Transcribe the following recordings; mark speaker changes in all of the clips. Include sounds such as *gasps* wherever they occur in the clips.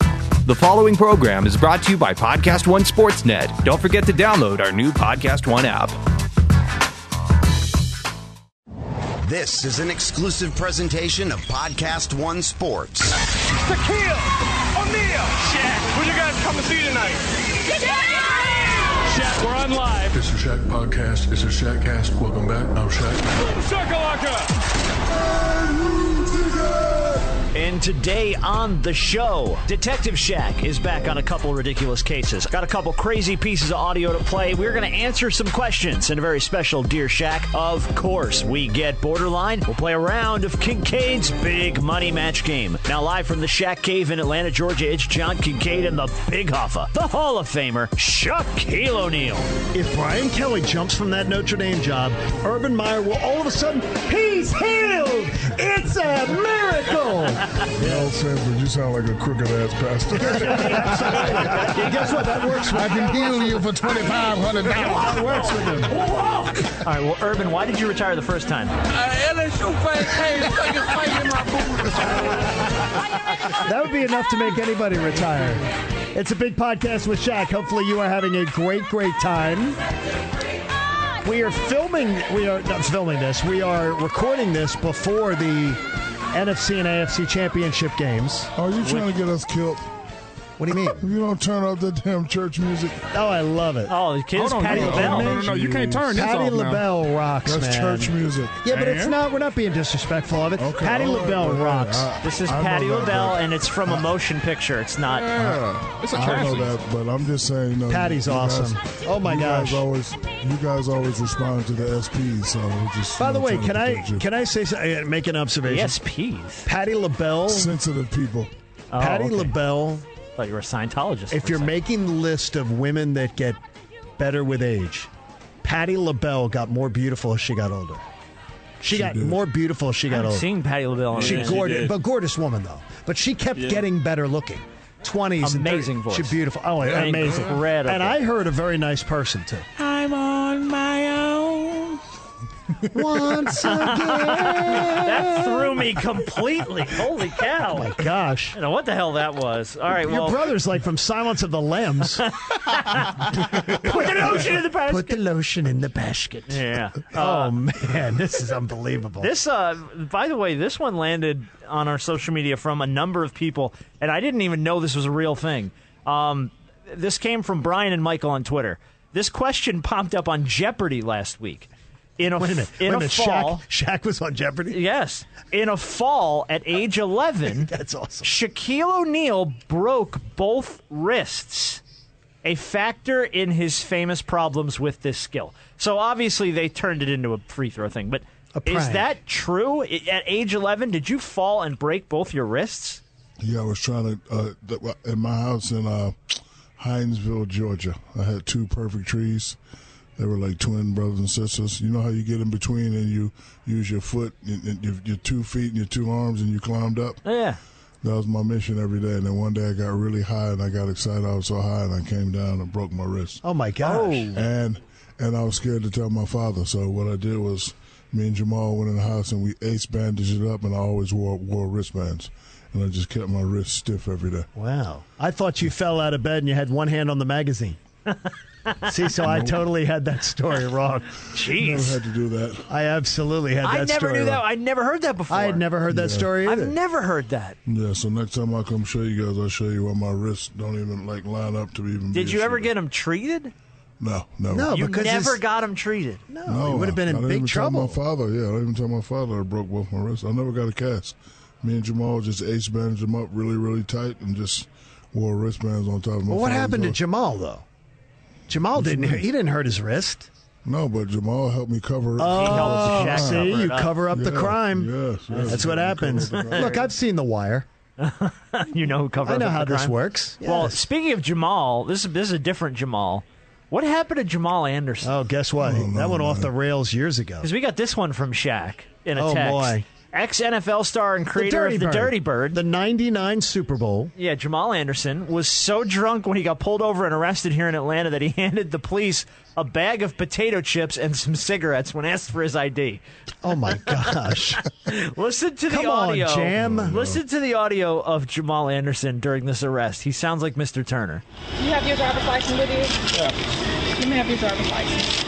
Speaker 1: The following program is brought to you by Podcast One Sportsnet. Don't forget to download our new Podcast One app.
Speaker 2: This is an exclusive presentation of Podcast One Sports.
Speaker 3: Shaquille O'Neal. Shaq, who you guys come to see tonight? Shaq, we're on live.
Speaker 4: It's a Shaq podcast. It's a Shaq cast. Welcome back. I'm Shaq.
Speaker 3: Boom shakalaka.
Speaker 5: And today on the show, Detective Shack is back on a couple ridiculous cases. Got a couple crazy pieces of audio to play. We're going to answer some questions in a very special Dear Shack. Of course, we get borderline. We'll play a round of Kincaid's big money match game. Now, live from the Shack Cave in Atlanta, Georgia, it's John Kincaid and the Big Hoffa, the Hall of Famer, Shaquille O'Neal.
Speaker 6: If Brian Kelly jumps from that Notre Dame job, Urban Meyer will all of a sudden, he's healed! It's a miracle!
Speaker 4: Al Sanford, you sound like a crooked ass
Speaker 6: *laughs*
Speaker 4: pastor.
Speaker 6: And guess what? That works with
Speaker 4: I can heal you for twenty five hundred
Speaker 6: That
Speaker 4: dollars.
Speaker 6: works with him.
Speaker 5: All right, well, Urban, why did you retire the first time?
Speaker 6: That would be enough to make anybody retire. It's a big podcast with Shaq. Hopefully, you are having a great, great time. We are filming, we are not filming this, we are recording this before the NFC and AFC championship games.
Speaker 4: Are Oh, you trying to get us killed?
Speaker 6: What do you mean?
Speaker 4: If you don't turn up that damn church music,
Speaker 6: Oh, I love it.
Speaker 5: Oh, the
Speaker 7: Hold
Speaker 5: kids,
Speaker 7: on,
Speaker 5: Patty
Speaker 7: hold on,
Speaker 5: LaBelle.
Speaker 7: hold on. no, no, you can't turn this
Speaker 6: Patty
Speaker 7: off now.
Speaker 6: LaBelle rocks,
Speaker 4: that's
Speaker 6: man.
Speaker 4: church music.
Speaker 6: Yeah, but it's
Speaker 7: And?
Speaker 6: not. We're not being disrespectful of it.
Speaker 4: Okay,
Speaker 6: Patty
Speaker 4: all right,
Speaker 6: LaBelle
Speaker 4: all right,
Speaker 6: rocks.
Speaker 4: all right.
Speaker 5: This is
Speaker 4: I know
Speaker 5: Patty
Speaker 4: that,
Speaker 5: LaBelle,
Speaker 4: but-
Speaker 5: and it's from a motion picture. It's not.
Speaker 6: Uh,
Speaker 7: Yeah, it's a
Speaker 4: I know
Speaker 7: classic.
Speaker 4: that, but I'm just saying. Uh,
Speaker 6: Patty's
Speaker 4: you guys-
Speaker 6: awesome. Oh my
Speaker 4: you
Speaker 6: gosh.
Speaker 4: Guys always, you guys always respond to the SPs, so we're just.
Speaker 6: By the
Speaker 4: you know,
Speaker 6: way,
Speaker 4: trying
Speaker 6: can
Speaker 4: to
Speaker 6: I
Speaker 4: protect you.
Speaker 6: can I say so- uh, make an observation?
Speaker 5: Yes, please.
Speaker 6: Patty LaBelle.
Speaker 4: sensitive people?
Speaker 5: Oh,
Speaker 6: Patty
Speaker 5: okay.
Speaker 6: LaBelle.
Speaker 5: I thought you were a Scientologist. for
Speaker 6: If
Speaker 5: a
Speaker 6: you're
Speaker 5: second.
Speaker 6: making the list of women that get better with age, Patty LaBelle got more beautiful as she got older. She, got
Speaker 4: did.
Speaker 6: more beautiful as she
Speaker 5: I
Speaker 6: got
Speaker 5: haven't
Speaker 6: older.
Speaker 5: seen Patty LaBelle. In
Speaker 6: She
Speaker 5: a minute.
Speaker 6: gorgeous,
Speaker 7: did.
Speaker 6: but gorgeous woman though. But she kept getting better looking. Twenties,
Speaker 5: Amazing voice.
Speaker 6: She's beautiful. Oh, amazing,
Speaker 5: Incredible.
Speaker 6: And I heard a very nice person too.
Speaker 7: I'm on my own.
Speaker 6: *laughs* Once again.
Speaker 5: that threw me
Speaker 6: *laughs*
Speaker 5: completely. Holy cow! I
Speaker 6: Gosh.
Speaker 5: don't know what the hell that was. All right,
Speaker 6: Your
Speaker 5: well,
Speaker 6: brother's like from Silence of
Speaker 5: *laughs*
Speaker 6: the Lambs.
Speaker 5: put the ocean in the basket.
Speaker 6: Put the lotion in the basket.
Speaker 5: yeah.
Speaker 6: *laughs*
Speaker 5: Uh,
Speaker 6: Oh man, this is unbelievable.
Speaker 5: This, uh, by the way, this one landed on our social media from a number of people, and I didn't even know this was a real thing. Um, this came from Brian and Michael on Twitter. This question popped up on Jeopardy last week. In a,
Speaker 6: wait a minute.
Speaker 5: in
Speaker 6: wait a
Speaker 5: a
Speaker 6: minute.
Speaker 5: fall,
Speaker 6: Shaq, Shaq was on Jeopardy.
Speaker 5: yes, in a fall at age eleven,
Speaker 6: That's awesome.
Speaker 5: Shaquille O'Neal broke both wrists, a factor in his famous problems with this skill. So obviously they turned it into a free throw thing. But
Speaker 6: A
Speaker 5: is
Speaker 6: prank.
Speaker 5: that true? I- At age 11, did you fall and break both your wrists?
Speaker 4: Yeah, I was trying to uh, th- in my house in uh, Hinesville, Georgia. I had two perfect trees. They were like twin brothers and sisters. You know how you get in between and you use your foot, and, and your, your two feet, and your two arms, and you climbed up.
Speaker 5: Yeah.
Speaker 4: That was my mission every day. And then one day I got really high, and I got excited. I was so high, and I came down and broke my wrist.
Speaker 6: Oh my gosh.
Speaker 4: And and I was scared to tell my father. So what I did was, me and Jamal went in the house and we ace bandaged it up, and I always wore wore wristbands, and I just kept my wrist stiff every day.
Speaker 6: Wow. I thought you fell out of bed and you had one hand on the magazine. See, so I totally had that story wrong.
Speaker 4: Never
Speaker 5: Jeez.
Speaker 4: had to do that.
Speaker 6: I absolutely had that
Speaker 5: I never
Speaker 6: story
Speaker 5: knew that.
Speaker 6: wrong.
Speaker 5: I never heard that before.
Speaker 6: I had never heard that story either.
Speaker 5: I've never heard that.
Speaker 4: Yeah. So next time I come show you guys, I'll show you why my wrists don't even like line up to even. be
Speaker 5: Did you
Speaker 4: a
Speaker 5: ever
Speaker 4: shooter.
Speaker 5: get him treated?
Speaker 4: No, no,
Speaker 6: No,
Speaker 5: You
Speaker 6: because
Speaker 5: never
Speaker 6: his-
Speaker 5: got him treated.
Speaker 6: no,
Speaker 4: No,
Speaker 6: you would have been
Speaker 4: I- I
Speaker 6: in
Speaker 4: didn't
Speaker 6: big
Speaker 4: even
Speaker 6: trouble.
Speaker 4: Tell my father, yeah, I didn't even tell my father I broke both my wrists. I never got a cast. Me and Jamal just ace bandaged them up really, really tight and just wore wristbands on top of my.
Speaker 6: Well, what
Speaker 4: father's
Speaker 6: happened to
Speaker 4: wrist.
Speaker 6: Jamal though? Jamal didn't. He didn't hurt his wrist.
Speaker 4: No, but Jamal helped me cover it.
Speaker 5: He helped Shaq
Speaker 6: See,
Speaker 5: Oh, cover it
Speaker 6: you
Speaker 5: up.
Speaker 6: cover Oh, up the
Speaker 4: Yeah,
Speaker 6: crime.
Speaker 4: yes, yes.
Speaker 6: That's what
Speaker 4: You cover
Speaker 6: happens.
Speaker 4: up the crime.
Speaker 6: Look, I've seen The Wire.
Speaker 5: You know who covered
Speaker 6: I know
Speaker 5: up
Speaker 6: how
Speaker 5: the
Speaker 6: this
Speaker 5: crime?
Speaker 6: works.
Speaker 5: Well,
Speaker 6: Yes.
Speaker 5: speaking of Jamal, this is this is a different Jamal. What happened to Jamal Anderson?
Speaker 6: oh, guess what?
Speaker 4: no,
Speaker 6: that went off
Speaker 4: man.
Speaker 6: the rails years ago.
Speaker 5: Because we got this one from Shaq in a
Speaker 6: Oh,
Speaker 5: text.
Speaker 6: boy.
Speaker 5: ex NFL star and creator of the Dirty Bird.
Speaker 6: The 99 Super Bowl.
Speaker 5: Yeah, Jamal Anderson was so drunk when he got pulled over and arrested here in Atlanta that he *laughs* handed the police a bag of potato chips and some cigarettes when asked for his ID. *laughs*
Speaker 6: Oh my gosh.
Speaker 5: Listen to the
Speaker 6: Come on,
Speaker 5: audio.
Speaker 6: Jam.
Speaker 5: Listen to the audio of Jamal Anderson during this arrest. He sounds like Mr. Turner.
Speaker 3: You have your driver's license with you? Yeah. Let me have your driver's license.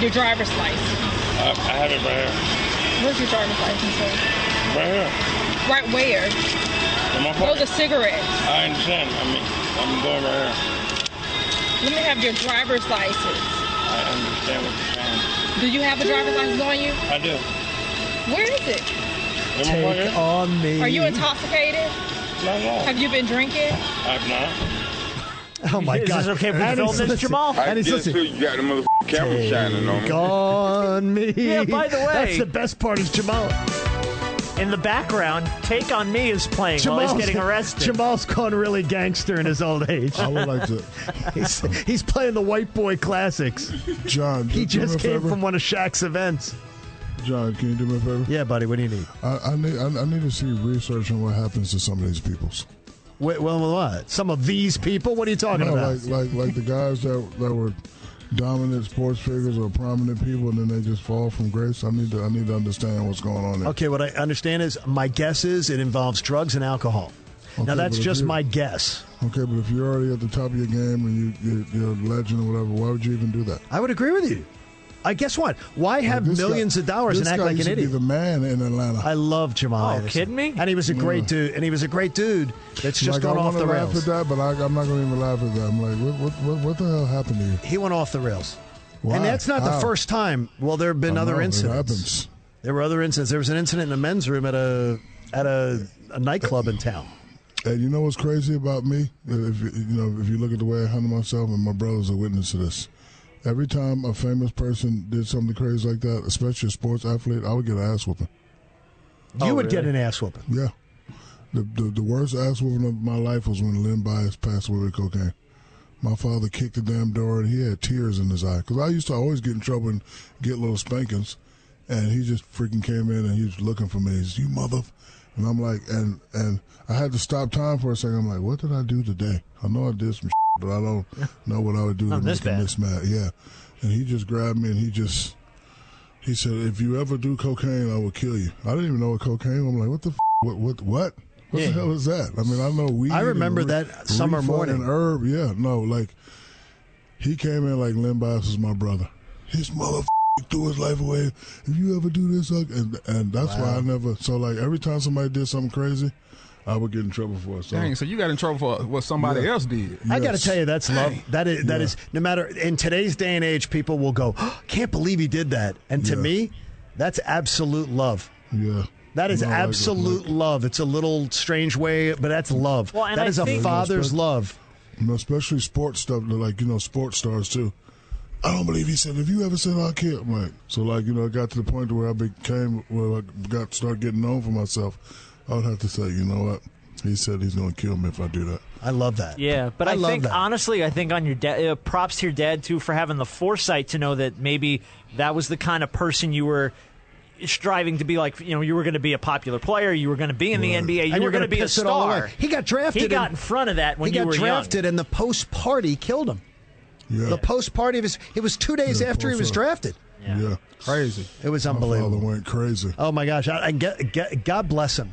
Speaker 3: Your driver's license.
Speaker 8: I, I have it right here.
Speaker 3: Where's your driver's license? sir?
Speaker 8: Right here.
Speaker 3: Right where? Oh,
Speaker 8: In my
Speaker 3: Those
Speaker 8: pocket.
Speaker 3: are cigarettes.
Speaker 8: I understand. I mean, I'm going right here.
Speaker 3: Let me have your driver's license.
Speaker 8: I understand what you're saying.
Speaker 3: Do you have a driver's license on you?
Speaker 8: I do.
Speaker 3: Where is it?
Speaker 8: In my
Speaker 6: Take
Speaker 8: pocket?
Speaker 6: on me.
Speaker 3: Are you intoxicated?
Speaker 8: Not at all.
Speaker 3: Have you been drinking?
Speaker 8: I've not.
Speaker 6: Oh my
Speaker 5: Is
Speaker 6: God.
Speaker 5: this okay if we
Speaker 6: And
Speaker 5: film
Speaker 6: he's
Speaker 5: this,
Speaker 6: listening.
Speaker 5: Jamal?
Speaker 6: And he's listening.
Speaker 9: you got the motherfucking camera shining on me.
Speaker 6: Take on me.
Speaker 5: Yeah, by the way-
Speaker 6: That's the best part is Jamal.
Speaker 5: In the background, Take on Me is playing while
Speaker 6: Jamal's
Speaker 5: he's getting arrested. Oh,
Speaker 6: Jamal's gone really gangster in his old age.
Speaker 4: I would like to,
Speaker 6: He's, he's playing the white boy classics.
Speaker 4: John.
Speaker 9: *laughs*
Speaker 6: He
Speaker 4: do me
Speaker 6: just
Speaker 4: a
Speaker 6: came
Speaker 4: favor.
Speaker 6: from one of Shaq's events.
Speaker 4: John, can you do me a favor?
Speaker 6: Yeah, buddy, what do you need?
Speaker 4: I, I need I, I need to see research on what happens to some of these peoples.
Speaker 6: Wait, well, what? Some of these people? What are you talking
Speaker 4: No,
Speaker 6: about?
Speaker 4: like like like the guys that that were dominant sports figures or prominent people, and then they just fall from grace. I need to I need to understand what's going on there.
Speaker 6: okay, what I understand is my guess is it involves drugs and alcohol.
Speaker 4: Okay,
Speaker 6: now, that's
Speaker 4: but if
Speaker 6: just
Speaker 4: you-
Speaker 6: my guess.
Speaker 4: Okay, but if you're already at the top of your game and you you're, you're a legend or whatever, why would you even do that?
Speaker 6: I would agree with you. I guess what? Why have
Speaker 4: This guy-
Speaker 6: millions of dollars and
Speaker 4: this
Speaker 6: act
Speaker 4: guy
Speaker 6: like
Speaker 4: used
Speaker 6: an
Speaker 4: to
Speaker 6: idiot?
Speaker 4: Be the man in Atlanta.
Speaker 6: I love Jamal.
Speaker 5: Oh,
Speaker 6: Anderson.
Speaker 5: kidding me?
Speaker 6: And he was a great dude. And he was a great dude that's just
Speaker 4: like,
Speaker 6: gone
Speaker 4: I
Speaker 6: off
Speaker 4: wanna
Speaker 6: the
Speaker 4: laugh
Speaker 6: rails.
Speaker 4: at that, but I, I'm not going to even laugh at that. I'm like, what what what, what the hell happened to you?
Speaker 6: He went off the rails.
Speaker 4: Why?
Speaker 6: And that's not the
Speaker 4: How?
Speaker 6: first time. Well, there have been
Speaker 4: I
Speaker 6: other
Speaker 4: know, it
Speaker 6: incidents.
Speaker 4: happens.
Speaker 6: There were other incidents. There was an incident in a men's room at a at a, a nightclub in town.
Speaker 4: And you know what's crazy about me? If you you know, if you look at the way I handle myself, and my brother's a witness to this. Every time a famous person did something crazy like that, especially a sports athlete, I would get an ass whooping.
Speaker 5: Oh,
Speaker 6: You would get an ass whooping.
Speaker 4: Yeah, the the, the worst ass whooping of my life was when Lynn Bias passed away with cocaine. My father kicked the damn door, and he had tears in his eye because I used to always get in trouble and get little spankings, and he just freaking came in and he was looking for me. He's you mother, and I'm like, and and I had to stop time for a second. I'm like, what did I do today? I know I did some, shit, but
Speaker 5: *laughs*
Speaker 4: I don't know what I would do to
Speaker 5: Not
Speaker 4: make
Speaker 5: this
Speaker 4: him
Speaker 5: bad.
Speaker 4: this mad. Yeah, and he just grabbed me and he just. He said, "If you ever do cocaine, I will kill you." I didn't even know what cocaine. I'm like, "What the? F- what? What? What? What
Speaker 6: Yeah.
Speaker 4: the hell is that?" I mean, I know weed.
Speaker 6: I remember
Speaker 4: and
Speaker 6: that summer
Speaker 4: reefer
Speaker 6: morning.
Speaker 4: And herb, yeah, no, like he came in like Lynn Bias is my brother. His mother f- threw his life away. If you ever do this, like, and and that's why I never. So like every time somebody did something crazy, I would get in trouble for it. So
Speaker 10: Dang, so you got in trouble for what somebody
Speaker 4: Yeah.
Speaker 10: else did.
Speaker 6: I got to
Speaker 4: Yes.
Speaker 6: tell you, that's love. That is that is no matter in today's day and age, people will go, *gasps* "Oh, "Can't believe he did that." And to
Speaker 4: Yeah.
Speaker 6: me, that's absolute love.
Speaker 4: yeah,
Speaker 6: That is
Speaker 4: No, like,
Speaker 6: absolute
Speaker 4: like,
Speaker 6: love. It's a little strange way, but that's love.
Speaker 5: Well, and
Speaker 6: that
Speaker 5: I
Speaker 6: is a
Speaker 5: think-
Speaker 6: father's love.
Speaker 4: You know, especially sports stuff, like, you know, sports stars too. I don't believe he said, if you ever said I'll kill, I'm like, so like, you know, it got to the point where I became, where I got, start getting known for myself. I would have to say, you know what? He said he's going to kill me if I do that.
Speaker 6: I love that.
Speaker 5: Yeah, but I,
Speaker 6: love
Speaker 5: think
Speaker 6: that.
Speaker 5: honestly, I think on your dad, uh, props to your dad too for having the foresight to know that maybe that was the kind of person you were striving to be like. You know, you were going to be a popular player, you were going to be in the NBA, you
Speaker 6: And
Speaker 5: were
Speaker 6: you're
Speaker 5: going to
Speaker 6: gonna
Speaker 5: be a
Speaker 6: piss it all
Speaker 5: star.
Speaker 6: away. He got drafted
Speaker 5: He got
Speaker 6: in-
Speaker 5: in front of that when
Speaker 6: he
Speaker 5: you
Speaker 6: got
Speaker 5: were
Speaker 6: drafted,
Speaker 5: young.
Speaker 6: and the post party killed him.
Speaker 4: Yeah.
Speaker 6: The post party of his. It was two days
Speaker 4: Yeah,
Speaker 6: after he
Speaker 4: post
Speaker 6: was
Speaker 4: party.
Speaker 6: drafted.
Speaker 4: yeah.
Speaker 10: Crazy.
Speaker 6: It was
Speaker 4: My father
Speaker 6: unbelievable.
Speaker 4: went crazy.
Speaker 6: Oh my gosh! I, I get, get, God bless him.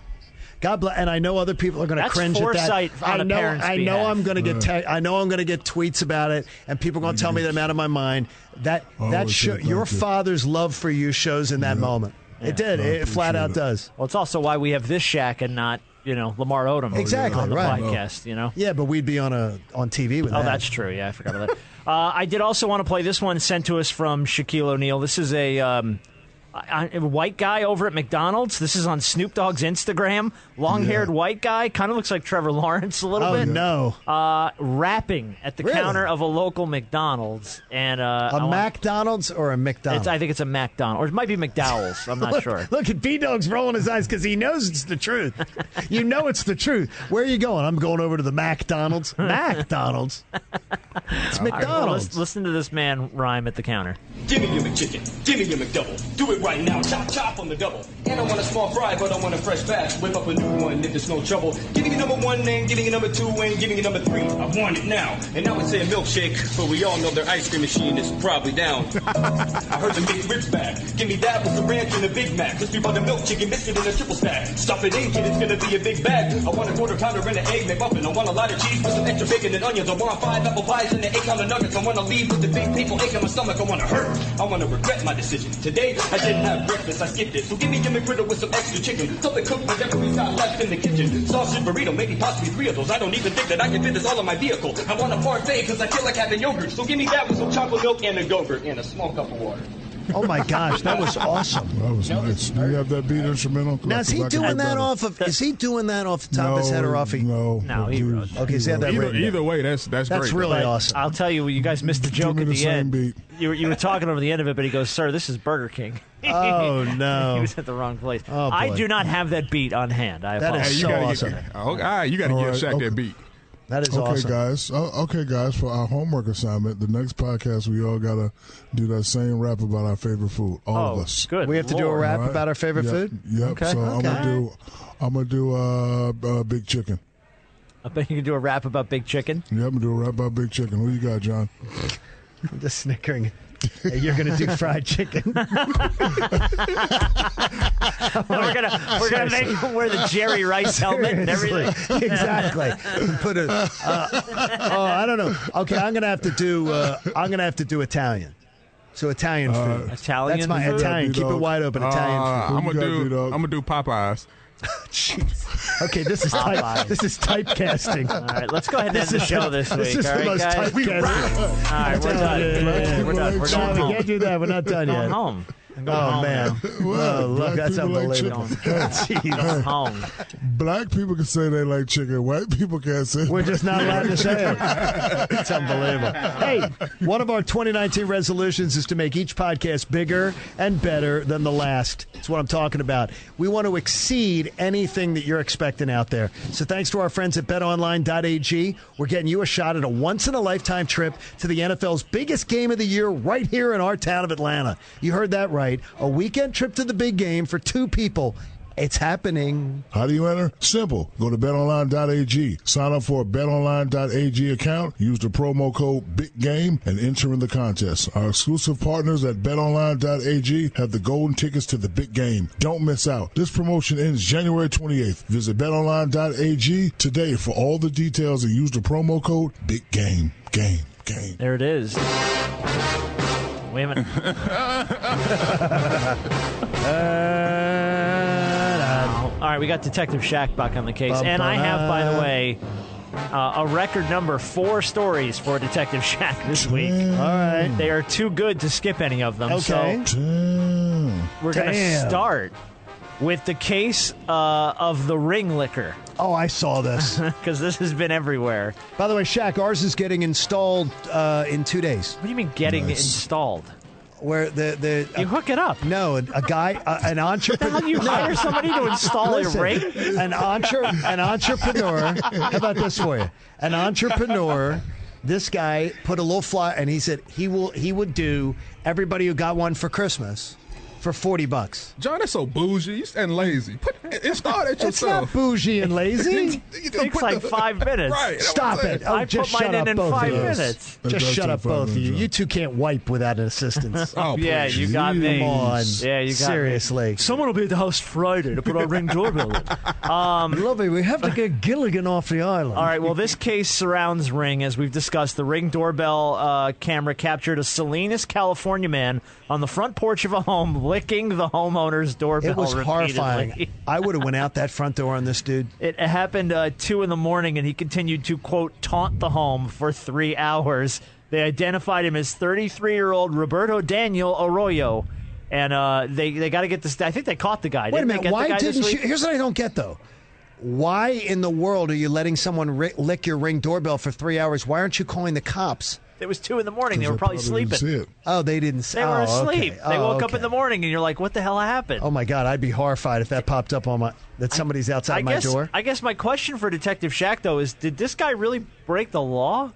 Speaker 6: God bless. And I know other people are going to
Speaker 5: That's
Speaker 6: cringe
Speaker 5: foresight on
Speaker 6: at that. I
Speaker 5: a
Speaker 6: know.
Speaker 5: parent's
Speaker 6: I know.
Speaker 5: behalf.
Speaker 6: I'm going to get. Te- I know. I'm going to get tweets about it, and people are going to tell me that I'm out of my mind. That
Speaker 4: Oh, I
Speaker 6: that
Speaker 4: always
Speaker 6: show,
Speaker 4: say thank
Speaker 6: your
Speaker 4: you.
Speaker 6: father's love for you shows in that moment. It did.
Speaker 4: I
Speaker 6: It flat
Speaker 4: appreciate
Speaker 6: out
Speaker 4: it.
Speaker 6: does.
Speaker 5: well, it's also why we have this Shaq and not you know Lamar Odom
Speaker 6: Exactly,
Speaker 5: on the
Speaker 6: right.
Speaker 5: podcast. You know,
Speaker 6: Yeah, but we'd be on a on TV with
Speaker 5: Oh,
Speaker 6: that.
Speaker 5: that's true. Yeah, I forgot about that. *laughs* Uh, I did also want to play this one sent to us from Shaquille O'Neal. This is a, um, I- I- a white guy over at McDonald's. This is on Snoop Dogg's Instagram. Long haired
Speaker 4: Yeah.
Speaker 5: white guy. Kind of looks like Trevor Lawrence a little
Speaker 6: Oh
Speaker 5: bit.
Speaker 6: no,
Speaker 5: Uh, rapping at the
Speaker 6: Really?
Speaker 5: counter of a local McDonald's. And uh, I
Speaker 6: a
Speaker 5: want-
Speaker 6: McDonald's or a McDonald's.
Speaker 5: It's, I think it's a McDonald's. Or it might be McDowell's. I'm
Speaker 6: *laughs*
Speaker 5: not sure.
Speaker 6: Look at B Dog's rolling his eyes because he knows it's the truth.
Speaker 1: *laughs*
Speaker 6: you know it's the truth. Where are you going? I'm going over to the McDonald's. McDonald's.
Speaker 5: It's
Speaker 11: McDonald's.
Speaker 5: Listen, listen to this man rhyme at the counter.
Speaker 8: Give me your McChicken. Give me your McDouble. Do it right now. Chop, chop on the double. And I want a small fry, but I want a fresh batch. Whip up a new one if there's no trouble. Give me your number one and give me your number two and give me your number three. I want it now. And I would say a milkshake, but we all know their ice cream machine is probably down. I heard the big ribs back. Give me that with the ranch and the Big Mac. Let's do by the milk chicken biscuit and a triple stack. Stuff it in, kid. It's gonna be a big bag. I want a quarter pounder and an egg McMuffin. I want a lot of cheese with some extra bacon and onions. I want five apple pies and an eight count of nuggets. I want to leave with the big painful ache in my stomach. I want to hurt. I want to regret my decision. Today, I didn't have breakfast. I skipped it. So give me Jimmy Critter with some extra chicken. Something cooked with everything got left in the kitchen. Sausage burrito, maybe possibly three of those. I don't even think that I can fit this all in my vehicle. I want a parfait because I feel like having yogurt. So give me that with some chocolate milk and a yogurt and a small cup of water.
Speaker 11: Oh my gosh, that
Speaker 1: *laughs*
Speaker 11: was awesome.
Speaker 10: That was nice. Do you have that beat instrumental?
Speaker 6: Now is he doing that off of? Is he doing that off the top of
Speaker 4: Oh,
Speaker 6: his head or off? He,
Speaker 10: No,
Speaker 5: No, he wrote that.
Speaker 6: okay, he's had that
Speaker 1: Either,
Speaker 6: written down.
Speaker 1: either way, that's that's,
Speaker 6: That's
Speaker 1: great.
Speaker 6: really
Speaker 5: But
Speaker 1: *laughs*
Speaker 6: awesome.
Speaker 5: I'll tell you, you guys missed the joke
Speaker 10: me
Speaker 5: at
Speaker 10: the
Speaker 5: the,
Speaker 10: same
Speaker 5: end.
Speaker 10: beat.
Speaker 5: You were you were talking over the end of it, but he goes, "Sir, this is Burger King." *laughs*
Speaker 6: Oh
Speaker 5: he
Speaker 6: no!
Speaker 5: was at the wrong place.
Speaker 6: Oh,
Speaker 5: I
Speaker 6: boy.
Speaker 5: do not have that beat on hand. I
Speaker 6: *laughs* That is
Speaker 5: apologize.
Speaker 1: Hey, you
Speaker 6: So
Speaker 1: gotta *laughs*
Speaker 6: awesome.
Speaker 1: get, oh, all right, you got to
Speaker 10: All
Speaker 1: give
Speaker 10: right,
Speaker 1: Shaq
Speaker 10: okay.
Speaker 1: that beat.
Speaker 6: That is
Speaker 10: Okay,
Speaker 6: awesome.
Speaker 10: guys. Oh, okay, guys. For our homework assignment, the next podcast, we all gotta do that same rap about our favorite food. All
Speaker 5: oh,
Speaker 10: of us.
Speaker 5: good.
Speaker 6: We have to do a
Speaker 5: Lord.
Speaker 6: rap
Speaker 10: All right?
Speaker 6: about our favorite
Speaker 10: Yep,
Speaker 6: food.
Speaker 10: Yep.
Speaker 5: Okay.
Speaker 10: So I'm
Speaker 5: Okay.
Speaker 10: gonna do. I'm gonna do uh, uh, big chicken.
Speaker 5: I bet you can do a rap about Big Chicken. *laughs*
Speaker 10: Yeah, I'm gonna do a rap about big chicken. Who you got, John?
Speaker 6: I'm just snickering. Hey, you're gonna do fried chicken.
Speaker 5: we're gonna we're gonna make him wear the Jerry Rice *laughs* helmet and everything.
Speaker 6: Seriously. *laughs* exactly. And Put a. uh, oh, I don't know. Okay, I'm gonna have to do. Uh, I'm gonna have to do Italian. So Italian food.
Speaker 5: Uh, Italian
Speaker 6: That's my
Speaker 5: food?
Speaker 6: Italian. Keep it
Speaker 10: Dog.
Speaker 6: wide open. Italian. food.
Speaker 1: Uh,
Speaker 10: Who
Speaker 1: I'm
Speaker 10: you
Speaker 1: gonna
Speaker 10: got,
Speaker 1: do.
Speaker 10: B-Dog?
Speaker 1: I'm gonna do Popeyes.
Speaker 6: Jeez. Okay, this is type, this is typecasting.
Speaker 5: All right, let's go ahead and end the show this week.
Speaker 6: This is
Speaker 5: all
Speaker 6: the
Speaker 5: right,
Speaker 6: most
Speaker 5: guys.
Speaker 6: typecasting.
Speaker 5: All right, we're done.
Speaker 6: Yeah.
Speaker 5: We're done. We're
Speaker 6: No,
Speaker 5: going
Speaker 6: we
Speaker 5: home.
Speaker 6: can't do that. We're not done
Speaker 5: Going
Speaker 6: yet.
Speaker 5: home. I'm going
Speaker 6: Oh
Speaker 5: home
Speaker 6: man!
Speaker 5: now.
Speaker 6: Oh,
Speaker 10: Well,
Speaker 6: look,
Speaker 10: black
Speaker 6: that's
Speaker 10: people like
Speaker 6: unbelievable.
Speaker 5: Going
Speaker 6: *laughs* Jeez.
Speaker 5: home.
Speaker 10: Black people can say they like chicken. White people can't say.
Speaker 6: We're just not allowed to say it. *laughs* It's unbelievable. Hey, one of our 2019 resolutions is to make each podcast bigger and better than the last. That's what I'm talking about. We want to exceed anything that you're expecting out there. So thanks to our friends at betonline.ag, we're getting you a shot at a once in a lifetime trip to the NFL's biggest game of the year right here in our town of Atlanta. You heard that right. A weekend trip to the big game for two people. It's happening.
Speaker 10: How do you enter? Simple. Go to betonline.ag. Sign up for a betonline.ag account. Use the promo code BIGGAME and enter in the contest. Our exclusive partners at betonline.ag have the golden tickets to the big game. Don't miss out. This promotion ends January 28th. Visit betonline.ag today for all the details and use the promo code BIGGAME. Game. Game.
Speaker 5: There it is. Wait a minute. All right, we got Detective Shack back on the case,
Speaker 6: Bum,
Speaker 5: and I
Speaker 6: bum,
Speaker 5: have, by the
Speaker 6: bum.
Speaker 5: way, uh, a record number four stories for Detective Shack this week.
Speaker 10: Damn.
Speaker 6: right.
Speaker 5: They are too good to skip any of them.
Speaker 6: Mm. Okay.
Speaker 5: So
Speaker 10: Damn.
Speaker 5: we're going to
Speaker 6: Damn.
Speaker 5: start with the case uh, of the ring liquor
Speaker 6: Oh, I saw this.
Speaker 5: because this has been everywhere.
Speaker 6: By the way, Shaq, ours is getting installed uh, in two days.
Speaker 5: What do you mean getting
Speaker 10: Nice.
Speaker 5: installed?
Speaker 6: Where the the
Speaker 5: You hook it up.
Speaker 6: no, a, a guy, a, an
Speaker 5: How
Speaker 6: entrepreneur.
Speaker 5: do you hire somebody to install a
Speaker 6: Listen,
Speaker 5: ring?
Speaker 6: an, entre- an entrepreneur. How about this for you? An entrepreneur. This guy put a little fly, and he said he will he would do everybody who got one for Christmas for forty bucks.
Speaker 1: John, that's so bougie and lazy. Put install that
Speaker 6: It's not
Speaker 1: yourself.
Speaker 6: bougie and
Speaker 5: *laughs*
Speaker 6: *laughs* lazy.
Speaker 1: It
Speaker 5: takes like five minutes.
Speaker 1: Right.
Speaker 6: Stop it! Oh,
Speaker 5: I
Speaker 6: just
Speaker 5: put mine
Speaker 6: shut
Speaker 5: in
Speaker 6: up,
Speaker 5: in
Speaker 6: both
Speaker 5: five
Speaker 6: of you.
Speaker 5: minutes.
Speaker 6: Just
Speaker 10: That's
Speaker 6: shut
Speaker 10: a
Speaker 6: up,
Speaker 10: five
Speaker 6: both of you.
Speaker 10: minutes,
Speaker 6: You two can't wipe without
Speaker 5: *laughs*
Speaker 6: an assistance.
Speaker 1: Oh,
Speaker 5: Yeah,
Speaker 1: please.
Speaker 5: you got me.
Speaker 6: Come on.
Speaker 5: Yeah, you got
Speaker 6: Seriously.
Speaker 5: Me. Someone will be at the house Friday to put our ring *laughs* doorbell in.
Speaker 6: Lovey, we have
Speaker 5: *laughs*
Speaker 6: to get Gilligan off the island.
Speaker 5: All right. Well, this case surrounds Ring, as we've discussed. The Ring doorbell uh, camera captured a Salinas, California man on the front porch of a home licking the homeowner's doorbell.
Speaker 6: It was
Speaker 5: repeatedly. *laughs*
Speaker 6: horrifying. I would have went out that front door on this dude.
Speaker 5: It happened uh, two in the morning, and he continued to quote taunt the home for three hours. They identified him as 33 year old Roberto Daniel Arroyo, and uh, they they got to get this. I think they caught the guy.
Speaker 6: Wait a
Speaker 5: Didn't they
Speaker 6: minute.
Speaker 5: get the
Speaker 6: Why
Speaker 5: guy this
Speaker 6: didn't you?
Speaker 5: week?
Speaker 6: Here's what I don't get though. Why in the world are you letting someone ri- lick your ring doorbell for three hours? Why aren't you calling the cops?
Speaker 5: It was two in the morning. They were
Speaker 10: I
Speaker 5: probably,
Speaker 10: didn't
Speaker 5: sleeping.
Speaker 10: see it.
Speaker 6: Oh, they didn't. s-
Speaker 5: They were
Speaker 6: oh,
Speaker 5: asleep.
Speaker 6: okay.
Speaker 5: They
Speaker 6: Oh,
Speaker 5: woke up in
Speaker 6: okay.
Speaker 5: the morning, and you're like, "What the hell happened?"
Speaker 6: Oh my god, I'd be horrified if that popped up on my that somebody's outside
Speaker 5: I
Speaker 6: my
Speaker 5: guess.
Speaker 6: door.
Speaker 5: I guess my question for Detective Shack though is, did this guy really break the law?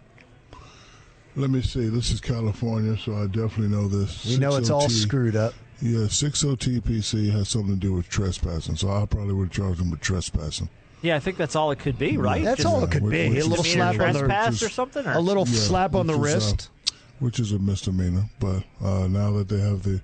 Speaker 10: Let me see. This is California, so I definitely know this.
Speaker 6: We know it's all screwed up.
Speaker 10: Yeah, 6OTPC has something to do with trespassing, so I probably would charge them with trespassing.
Speaker 5: Yeah, I think that's all it could be, right?
Speaker 10: That's all it could Yeah, be. which- A little
Speaker 5: Misdemeanor
Speaker 10: slap on the-
Speaker 5: trespass
Speaker 10: which
Speaker 5: or
Speaker 10: is-
Speaker 5: something. Or?
Speaker 6: A little
Speaker 10: Yeah,
Speaker 6: slap on the
Speaker 10: which is, uh,
Speaker 6: wrist.
Speaker 10: which is a misdemeanor, but uh, now that they have the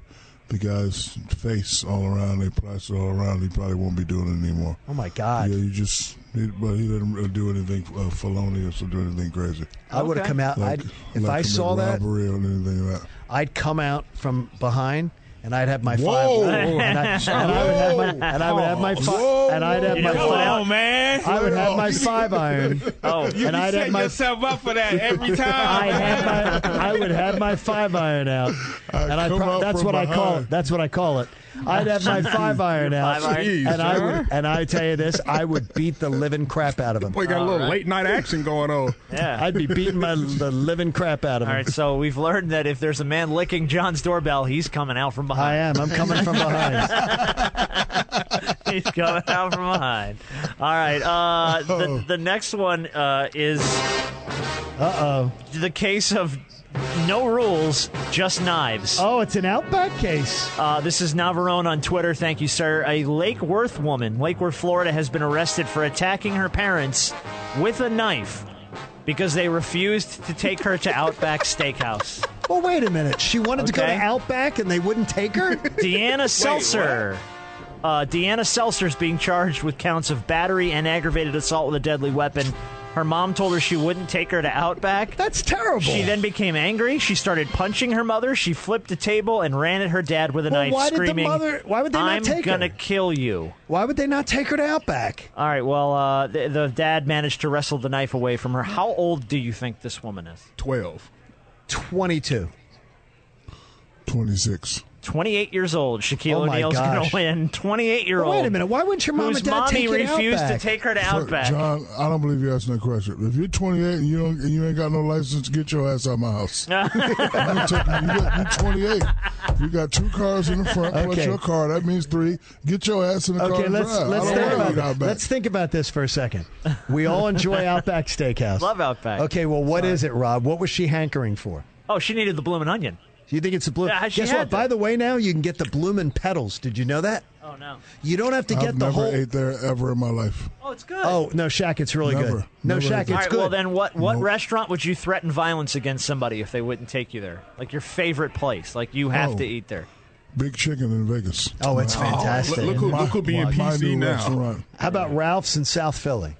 Speaker 10: the guy's face all around, they plastered all around, he probably won't be doing it anymore.
Speaker 6: Oh my God!
Speaker 10: Yeah, you just, he, but he didn't uh, do anything uh, felonious or do anything crazy.
Speaker 6: Uh, I would've Okay. come out- I'd- if I
Speaker 10: commit
Speaker 6: saw that-
Speaker 10: robbery or anything like that.
Speaker 6: I'd come out from behind and I'd have my
Speaker 10: Whoa.
Speaker 6: file, *laughs* and, I, and I would have my, and I would have my fi- and I'd have my
Speaker 12: Come
Speaker 6: file-
Speaker 12: on, man.
Speaker 6: I would have my
Speaker 10: *laughs*
Speaker 6: five iron.
Speaker 12: Oh, you
Speaker 6: and
Speaker 12: be
Speaker 6: I'd have
Speaker 12: setting
Speaker 6: my.
Speaker 12: yourself up for that every time.
Speaker 6: I, had my, I would have my five iron out, and I
Speaker 12: come
Speaker 6: pro-
Speaker 12: out
Speaker 6: that's
Speaker 12: from
Speaker 6: what I call
Speaker 12: behind.
Speaker 6: it. That's what I call it. I'd have my five iron
Speaker 12: Your
Speaker 6: out,
Speaker 12: five iron? Jeez,
Speaker 6: and
Speaker 12: huh?
Speaker 6: I would, and I tell you this, I would beat the living crap out of him.
Speaker 4: Boy, got a little late night action going on.
Speaker 5: Yeah.
Speaker 6: I'd be beating my the living crap out of
Speaker 5: All
Speaker 6: him.
Speaker 5: right, so we've learned that if there's a man licking John's doorbell, he's coming out from behind.
Speaker 6: I am. I'm coming from behind.
Speaker 5: *laughs* he's coming out from behind. All right. Uh, the, the next one uh, is.
Speaker 6: Uh oh.
Speaker 5: The case of no rules, just knives.
Speaker 6: Oh, it's an outback case.
Speaker 5: Uh, this is Navarone on Twitter. Thank you, sir. A Lake Worth woman, Lake Worth, Florida, has been arrested for attacking her parents with a knife because they refused to take her to Outback Steakhouse.
Speaker 6: Well, wait a minute. She wanted to go to
Speaker 5: Okay.
Speaker 6: Outback and they wouldn't take her?
Speaker 5: Deanna Seltzer. Uh, Deanna Seltzer is being charged with counts of battery and aggravated assault with a deadly weapon. Her mom told her she wouldn't take her to Outback.
Speaker 6: That's terrible.
Speaker 5: She then became angry. She started punching her mother. She flipped a table and ran at her dad with a
Speaker 6: Well,
Speaker 5: knife,
Speaker 6: why did the
Speaker 5: screaming,
Speaker 6: mother- why would they not
Speaker 5: I'm
Speaker 6: take her?"
Speaker 5: gonna kill you."
Speaker 6: Why would they not take her to Outback?
Speaker 5: All right. Well, uh, the, the dad managed to wrestle the knife away from her. How old do you think this woman is?
Speaker 4: Twelve.
Speaker 6: 22.
Speaker 10: 26.
Speaker 5: 28 years old. Shaquille
Speaker 6: Oh my
Speaker 5: O'Neal's going
Speaker 6: gosh.
Speaker 5: to win. 28 year
Speaker 6: Well,
Speaker 5: old.
Speaker 6: wait a minute. Why wouldn't your mom
Speaker 5: whose
Speaker 6: and dad
Speaker 5: mommy
Speaker 6: take you to
Speaker 5: refused
Speaker 6: Outback?
Speaker 5: to take her to
Speaker 10: For-
Speaker 5: Outback?
Speaker 10: John, I don't believe you asked that question. If you're 28 and you don't, and you ain't got no license, get your ass out of my house. I'm telling you, you got- you're 28. You got two cars in the front plus
Speaker 6: Okay.
Speaker 10: your car. That means three. Get your ass in the car
Speaker 6: Okay,
Speaker 10: and
Speaker 6: let's
Speaker 10: drive. I
Speaker 6: let's
Speaker 10: don't
Speaker 6: think
Speaker 10: wanna
Speaker 6: about
Speaker 10: eat
Speaker 6: that.
Speaker 10: Outback.
Speaker 6: let's think about this for a second. We all *laughs* enjoy Outback Steakhouse.
Speaker 5: Love Outback.
Speaker 6: Okay, well, what is it, Rob? What was she hankering for?
Speaker 5: Oh, she needed the bloomin' onion.
Speaker 6: Do you think it's a blue?
Speaker 5: Yeah, she
Speaker 6: Guess
Speaker 5: had
Speaker 6: what? By the way, now you can get the bloomin' petals. Did you know that?
Speaker 5: Oh no.
Speaker 6: You don't have to
Speaker 10: I've
Speaker 6: get the
Speaker 10: never
Speaker 6: whole.
Speaker 10: ate there ever in my life.
Speaker 5: Oh, it's good.
Speaker 6: Oh no, Shaq, it's really good.
Speaker 10: Never.
Speaker 6: No,
Speaker 10: Never
Speaker 6: Shaq,
Speaker 10: ate
Speaker 6: it's
Speaker 10: that.
Speaker 5: All right.
Speaker 6: good.
Speaker 5: Well, then, what what restaurant would you threaten violence against somebody if they wouldn't take you there? Like your favorite place? Like you have
Speaker 10: Oh.
Speaker 5: to eat there?
Speaker 10: Big chicken in Vegas.
Speaker 6: Oh, it's fantastic.
Speaker 4: look- look who-
Speaker 10: My-
Speaker 4: look who being
Speaker 10: my- my
Speaker 4: PC
Speaker 10: new
Speaker 4: now.
Speaker 10: restaurant.
Speaker 6: How about Ralph's in South Philly?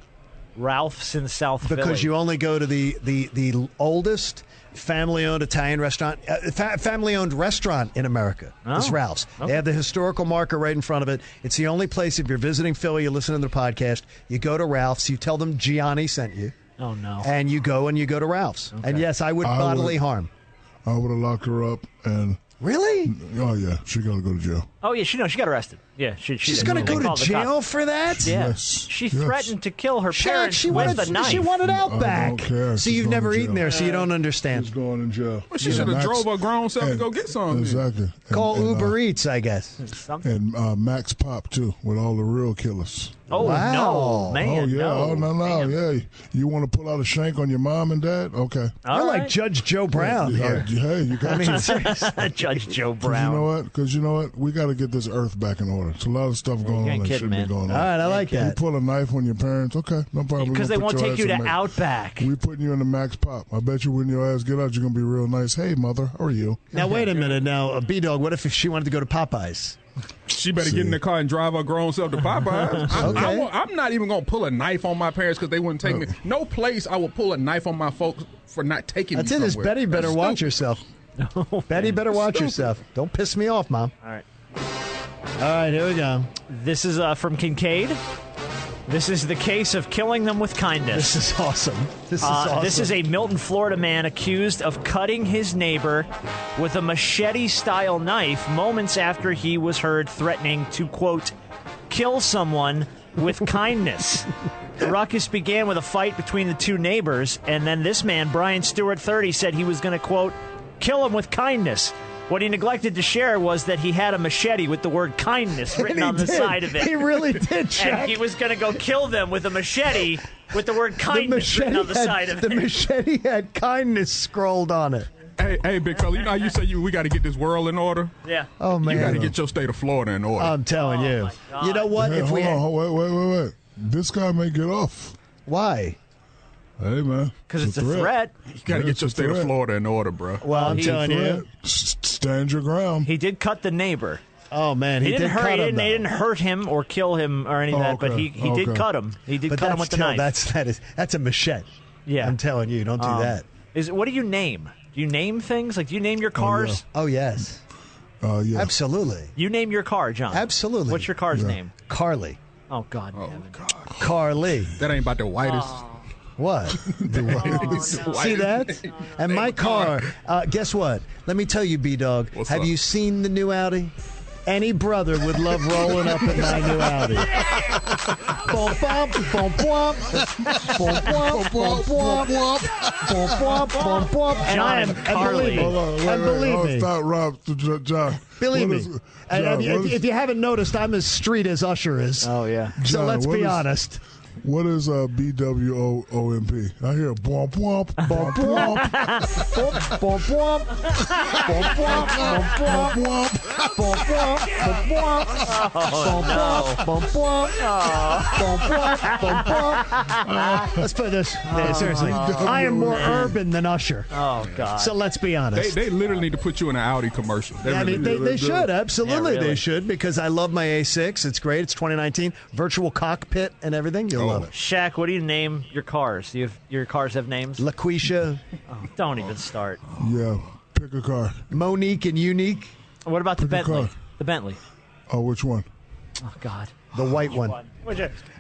Speaker 5: Ralph's in South Philly.
Speaker 6: Because you only go to the the the oldest family-owned Italian restaurant, uh, fa- family-owned restaurant in America.
Speaker 5: Oh.
Speaker 6: It's Ralph's. They
Speaker 5: Okay.
Speaker 6: have the historical marker right in front of it. It's the only place if you're visiting Philly, you listen to their podcast, you go to Ralph's, you tell them Gianni sent you,
Speaker 5: Oh no.
Speaker 6: and you go and you go to Ralph's. And yes, I would
Speaker 10: I
Speaker 6: bodily
Speaker 10: would-
Speaker 6: harm.
Speaker 10: I would have locked her up and.
Speaker 6: Really?
Speaker 10: Oh yeah, she gotta go to jail.
Speaker 5: Oh yeah, she no, she got arrested. Yeah, she, she
Speaker 6: She's
Speaker 5: did.
Speaker 6: going
Speaker 5: They
Speaker 6: to go
Speaker 5: called
Speaker 6: to
Speaker 5: the
Speaker 6: jail
Speaker 5: cops.
Speaker 6: for that?
Speaker 5: Yeah,
Speaker 10: Yes,
Speaker 5: she
Speaker 10: yes.
Speaker 5: threatened to kill her
Speaker 6: Shaq,
Speaker 5: parents
Speaker 6: she
Speaker 5: with
Speaker 6: wanted
Speaker 5: a knife.
Speaker 6: she wanted
Speaker 10: I
Speaker 6: Outback.
Speaker 10: don't care.
Speaker 6: So
Speaker 10: She's
Speaker 6: you've
Speaker 10: going
Speaker 6: never
Speaker 10: to jail.
Speaker 6: eaten there, so you don't understand.
Speaker 10: She's going in jail.
Speaker 4: Well, she should have drove her grown self to go get some. then.
Speaker 10: Exactly. And-
Speaker 6: Call
Speaker 10: and, uh,
Speaker 6: Uber Eats, I guess.
Speaker 5: Something.
Speaker 10: and uh, Max Pop too, with all the real killers.
Speaker 5: Oh
Speaker 6: Wow.
Speaker 5: no, man!
Speaker 10: oh yeah,
Speaker 5: no.
Speaker 10: oh no, no,
Speaker 5: man.
Speaker 10: yeah. You want to pull out a shank on your mom and dad? Okay.
Speaker 6: I
Speaker 5: All
Speaker 6: like
Speaker 5: right.
Speaker 6: Judge Joe
Speaker 5: Oh,
Speaker 6: Brown
Speaker 10: Yeah,
Speaker 6: here.
Speaker 10: I- hey, you got
Speaker 5: *laughs*
Speaker 6: I mean,
Speaker 10: to.
Speaker 6: seriously.
Speaker 5: *laughs* Judge Joe
Speaker 10: 'Cause you
Speaker 5: Brown.
Speaker 10: know what? Because you know what? We got to get this earth back in order. It's a lot of stuff going
Speaker 5: ain't
Speaker 10: on that shouldn't
Speaker 5: kidding, man. Oh,
Speaker 10: be going
Speaker 6: All
Speaker 10: on.
Speaker 6: right, I like
Speaker 10: You
Speaker 6: that.
Speaker 10: pull a knife on your parents? Okay, no problem.
Speaker 5: Because
Speaker 10: We're
Speaker 5: they
Speaker 10: gonna
Speaker 5: won't
Speaker 10: put your
Speaker 5: take
Speaker 10: ass
Speaker 5: you
Speaker 10: in
Speaker 5: to
Speaker 10: Max-
Speaker 5: Outback.
Speaker 10: We putting you in the Max Pop. I bet you when your ass get out, you're gonna be real nice. Hey, mother, how are you?
Speaker 6: Now wait a minute. Now uh, B Dog, what if she wanted to go to Popeyes?
Speaker 4: She better get in the car and drive her grown self
Speaker 10: *laughs*
Speaker 4: to Popeyes. I,
Speaker 6: Okay.
Speaker 4: am not even going to pull a knife on my parents because they wouldn't
Speaker 10: Oh.
Speaker 4: take me. No place I would pull a knife on my folks for not taking
Speaker 6: That's
Speaker 4: me
Speaker 6: it. Is
Speaker 4: somewhere.
Speaker 6: Betty better
Speaker 4: That's
Speaker 6: watch
Speaker 4: stupid.
Speaker 5: *laughs*
Speaker 6: herself? Betty better watch herself. Don't piss me off, Mom.
Speaker 5: All right.
Speaker 6: All right, here we go.
Speaker 5: This is uh, from Kincaid. This is the case of killing them with kindness.
Speaker 6: This is awesome. This is
Speaker 5: Uh,
Speaker 6: awesome.
Speaker 5: This
Speaker 6: *laughs*
Speaker 5: is a Milton, Florida man accused of cutting his neighbor with a machete style knife moments after he was heard threatening to, quote, kill someone
Speaker 6: *laughs*
Speaker 5: with kindness. The ruckus began with a fight between the two neighbors, and then this man, Brian Stewart, 30, said he was going to, quote, kill him with kindness. What he neglected to share was that he had a machete with the word
Speaker 6: *laughs*
Speaker 5: kindness written
Speaker 6: he
Speaker 5: on the
Speaker 6: did.
Speaker 5: side of it *laughs*
Speaker 6: He really did,
Speaker 5: and he
Speaker 6: Jack.
Speaker 5: was going to go kill them with a machete with the
Speaker 6: *laughs*
Speaker 5: word kindness written on the
Speaker 6: had-
Speaker 5: side of
Speaker 6: the
Speaker 5: it.
Speaker 6: machete had kindness scrolled on it.
Speaker 4: Hey, hey, big fella, you know how you say you, we got to get this world in order?
Speaker 5: Yeah.
Speaker 6: Oh, man.
Speaker 4: You got to get your state of Florida in order.
Speaker 6: I'm
Speaker 5: Oh,
Speaker 6: telling you. You know what?
Speaker 10: Hey,
Speaker 6: if
Speaker 10: hold
Speaker 6: we
Speaker 10: on, hold- wait, wait, wait, wait. This guy may get off.
Speaker 6: Why?
Speaker 10: Hey man,
Speaker 5: because it's, a threat.
Speaker 4: You got to get your state of Florida in order, bro.
Speaker 6: Well, I'm
Speaker 5: Oh, He-
Speaker 6: telling you.
Speaker 10: Stand your ground.
Speaker 5: He did cut the neighbor.
Speaker 6: Oh man,
Speaker 5: He,
Speaker 6: he,
Speaker 5: didn't
Speaker 6: did
Speaker 5: hurt.
Speaker 6: cut
Speaker 5: he
Speaker 6: him.
Speaker 5: didn't, they didn't hurt him or kill him or any of
Speaker 6: Oh,
Speaker 5: that. But he,
Speaker 6: okay.
Speaker 5: he did
Speaker 6: Okay.
Speaker 5: cut him. He did
Speaker 6: But
Speaker 5: cut him
Speaker 6: that's
Speaker 5: with the
Speaker 6: still-
Speaker 5: knife.
Speaker 6: That's that is that's a machete.
Speaker 5: Yeah.
Speaker 6: I'm telling you, don't do
Speaker 5: Um,
Speaker 6: that.
Speaker 5: Is what do you name? Do you name things? Like do you name your cars?
Speaker 6: Oh yes.
Speaker 10: Oh yeah.
Speaker 6: Absolutely.
Speaker 5: You name your car, John.
Speaker 6: Absolutely.
Speaker 5: What's your car's name?
Speaker 6: Carly.
Speaker 5: Oh God. damn it.
Speaker 6: Carly.
Speaker 4: That ain't about the whitest.
Speaker 10: Oh. *laughs*
Speaker 6: What? Oh, See that? And my car. Uh, guess what? Let me tell you, B Dog.
Speaker 4: What's
Speaker 6: Have
Speaker 4: up?
Speaker 6: you seen the new Audi? Any brother would love rolling up in my
Speaker 10: *laughs*
Speaker 6: new Audi. Boom, bump, boom, bump. Boom, bump, boom, bump. Boom, bump, boom, bump. And I am, and believe me,
Speaker 10: Hold on, wait,
Speaker 6: and
Speaker 10: wait,
Speaker 6: believe
Speaker 10: hold on,
Speaker 6: me.
Speaker 10: Stop, Rob. to Jo- John.
Speaker 6: Believe
Speaker 10: What
Speaker 6: me.
Speaker 10: is- John,
Speaker 6: and, and
Speaker 10: what
Speaker 6: if,
Speaker 10: is-
Speaker 6: if you haven't noticed, I'm as street as Usher is. Oh, *laughs* yeah. So
Speaker 10: John,
Speaker 6: let's
Speaker 10: what
Speaker 6: be
Speaker 10: is- *laughs*
Speaker 6: honest.
Speaker 10: What is uh, BWOOMP? I hear bwomp womp,
Speaker 4: *laughs*
Speaker 10: bwomp womp,
Speaker 6: Boom, boom. Boom, boom, boom, boom. Boom, boom, boom, boom.
Speaker 5: Oh, no.
Speaker 6: Boom, boom, boom, boom, boom, boom. Let's play this. Yeah, seriously. I am more urban than Usher.
Speaker 5: Oh God.
Speaker 6: So let's be
Speaker 4: They,
Speaker 6: honest.
Speaker 4: they literally need to put you in an Audi commercial. They
Speaker 6: I
Speaker 4: really
Speaker 6: mean, they,
Speaker 4: do.
Speaker 6: they should. Absolutely,
Speaker 4: Yeah, really.
Speaker 6: they should because I love my A6. It's great. It's 2019. Virtual cockpit and everything.
Speaker 10: Oh,
Speaker 6: You'll love it.
Speaker 5: Shaq, what do you name your cars? Do you have, your cars have names?
Speaker 6: LaQuisha,
Speaker 5: Oh, don't even start.
Speaker 10: Yeah, pick a car.
Speaker 6: Monique, and Unique.
Speaker 5: What about the
Speaker 10: Pick a
Speaker 5: Bentley?
Speaker 10: car.
Speaker 5: The Bentley.
Speaker 10: Oh, which one?
Speaker 5: Oh God.
Speaker 6: The white one.
Speaker 5: Which,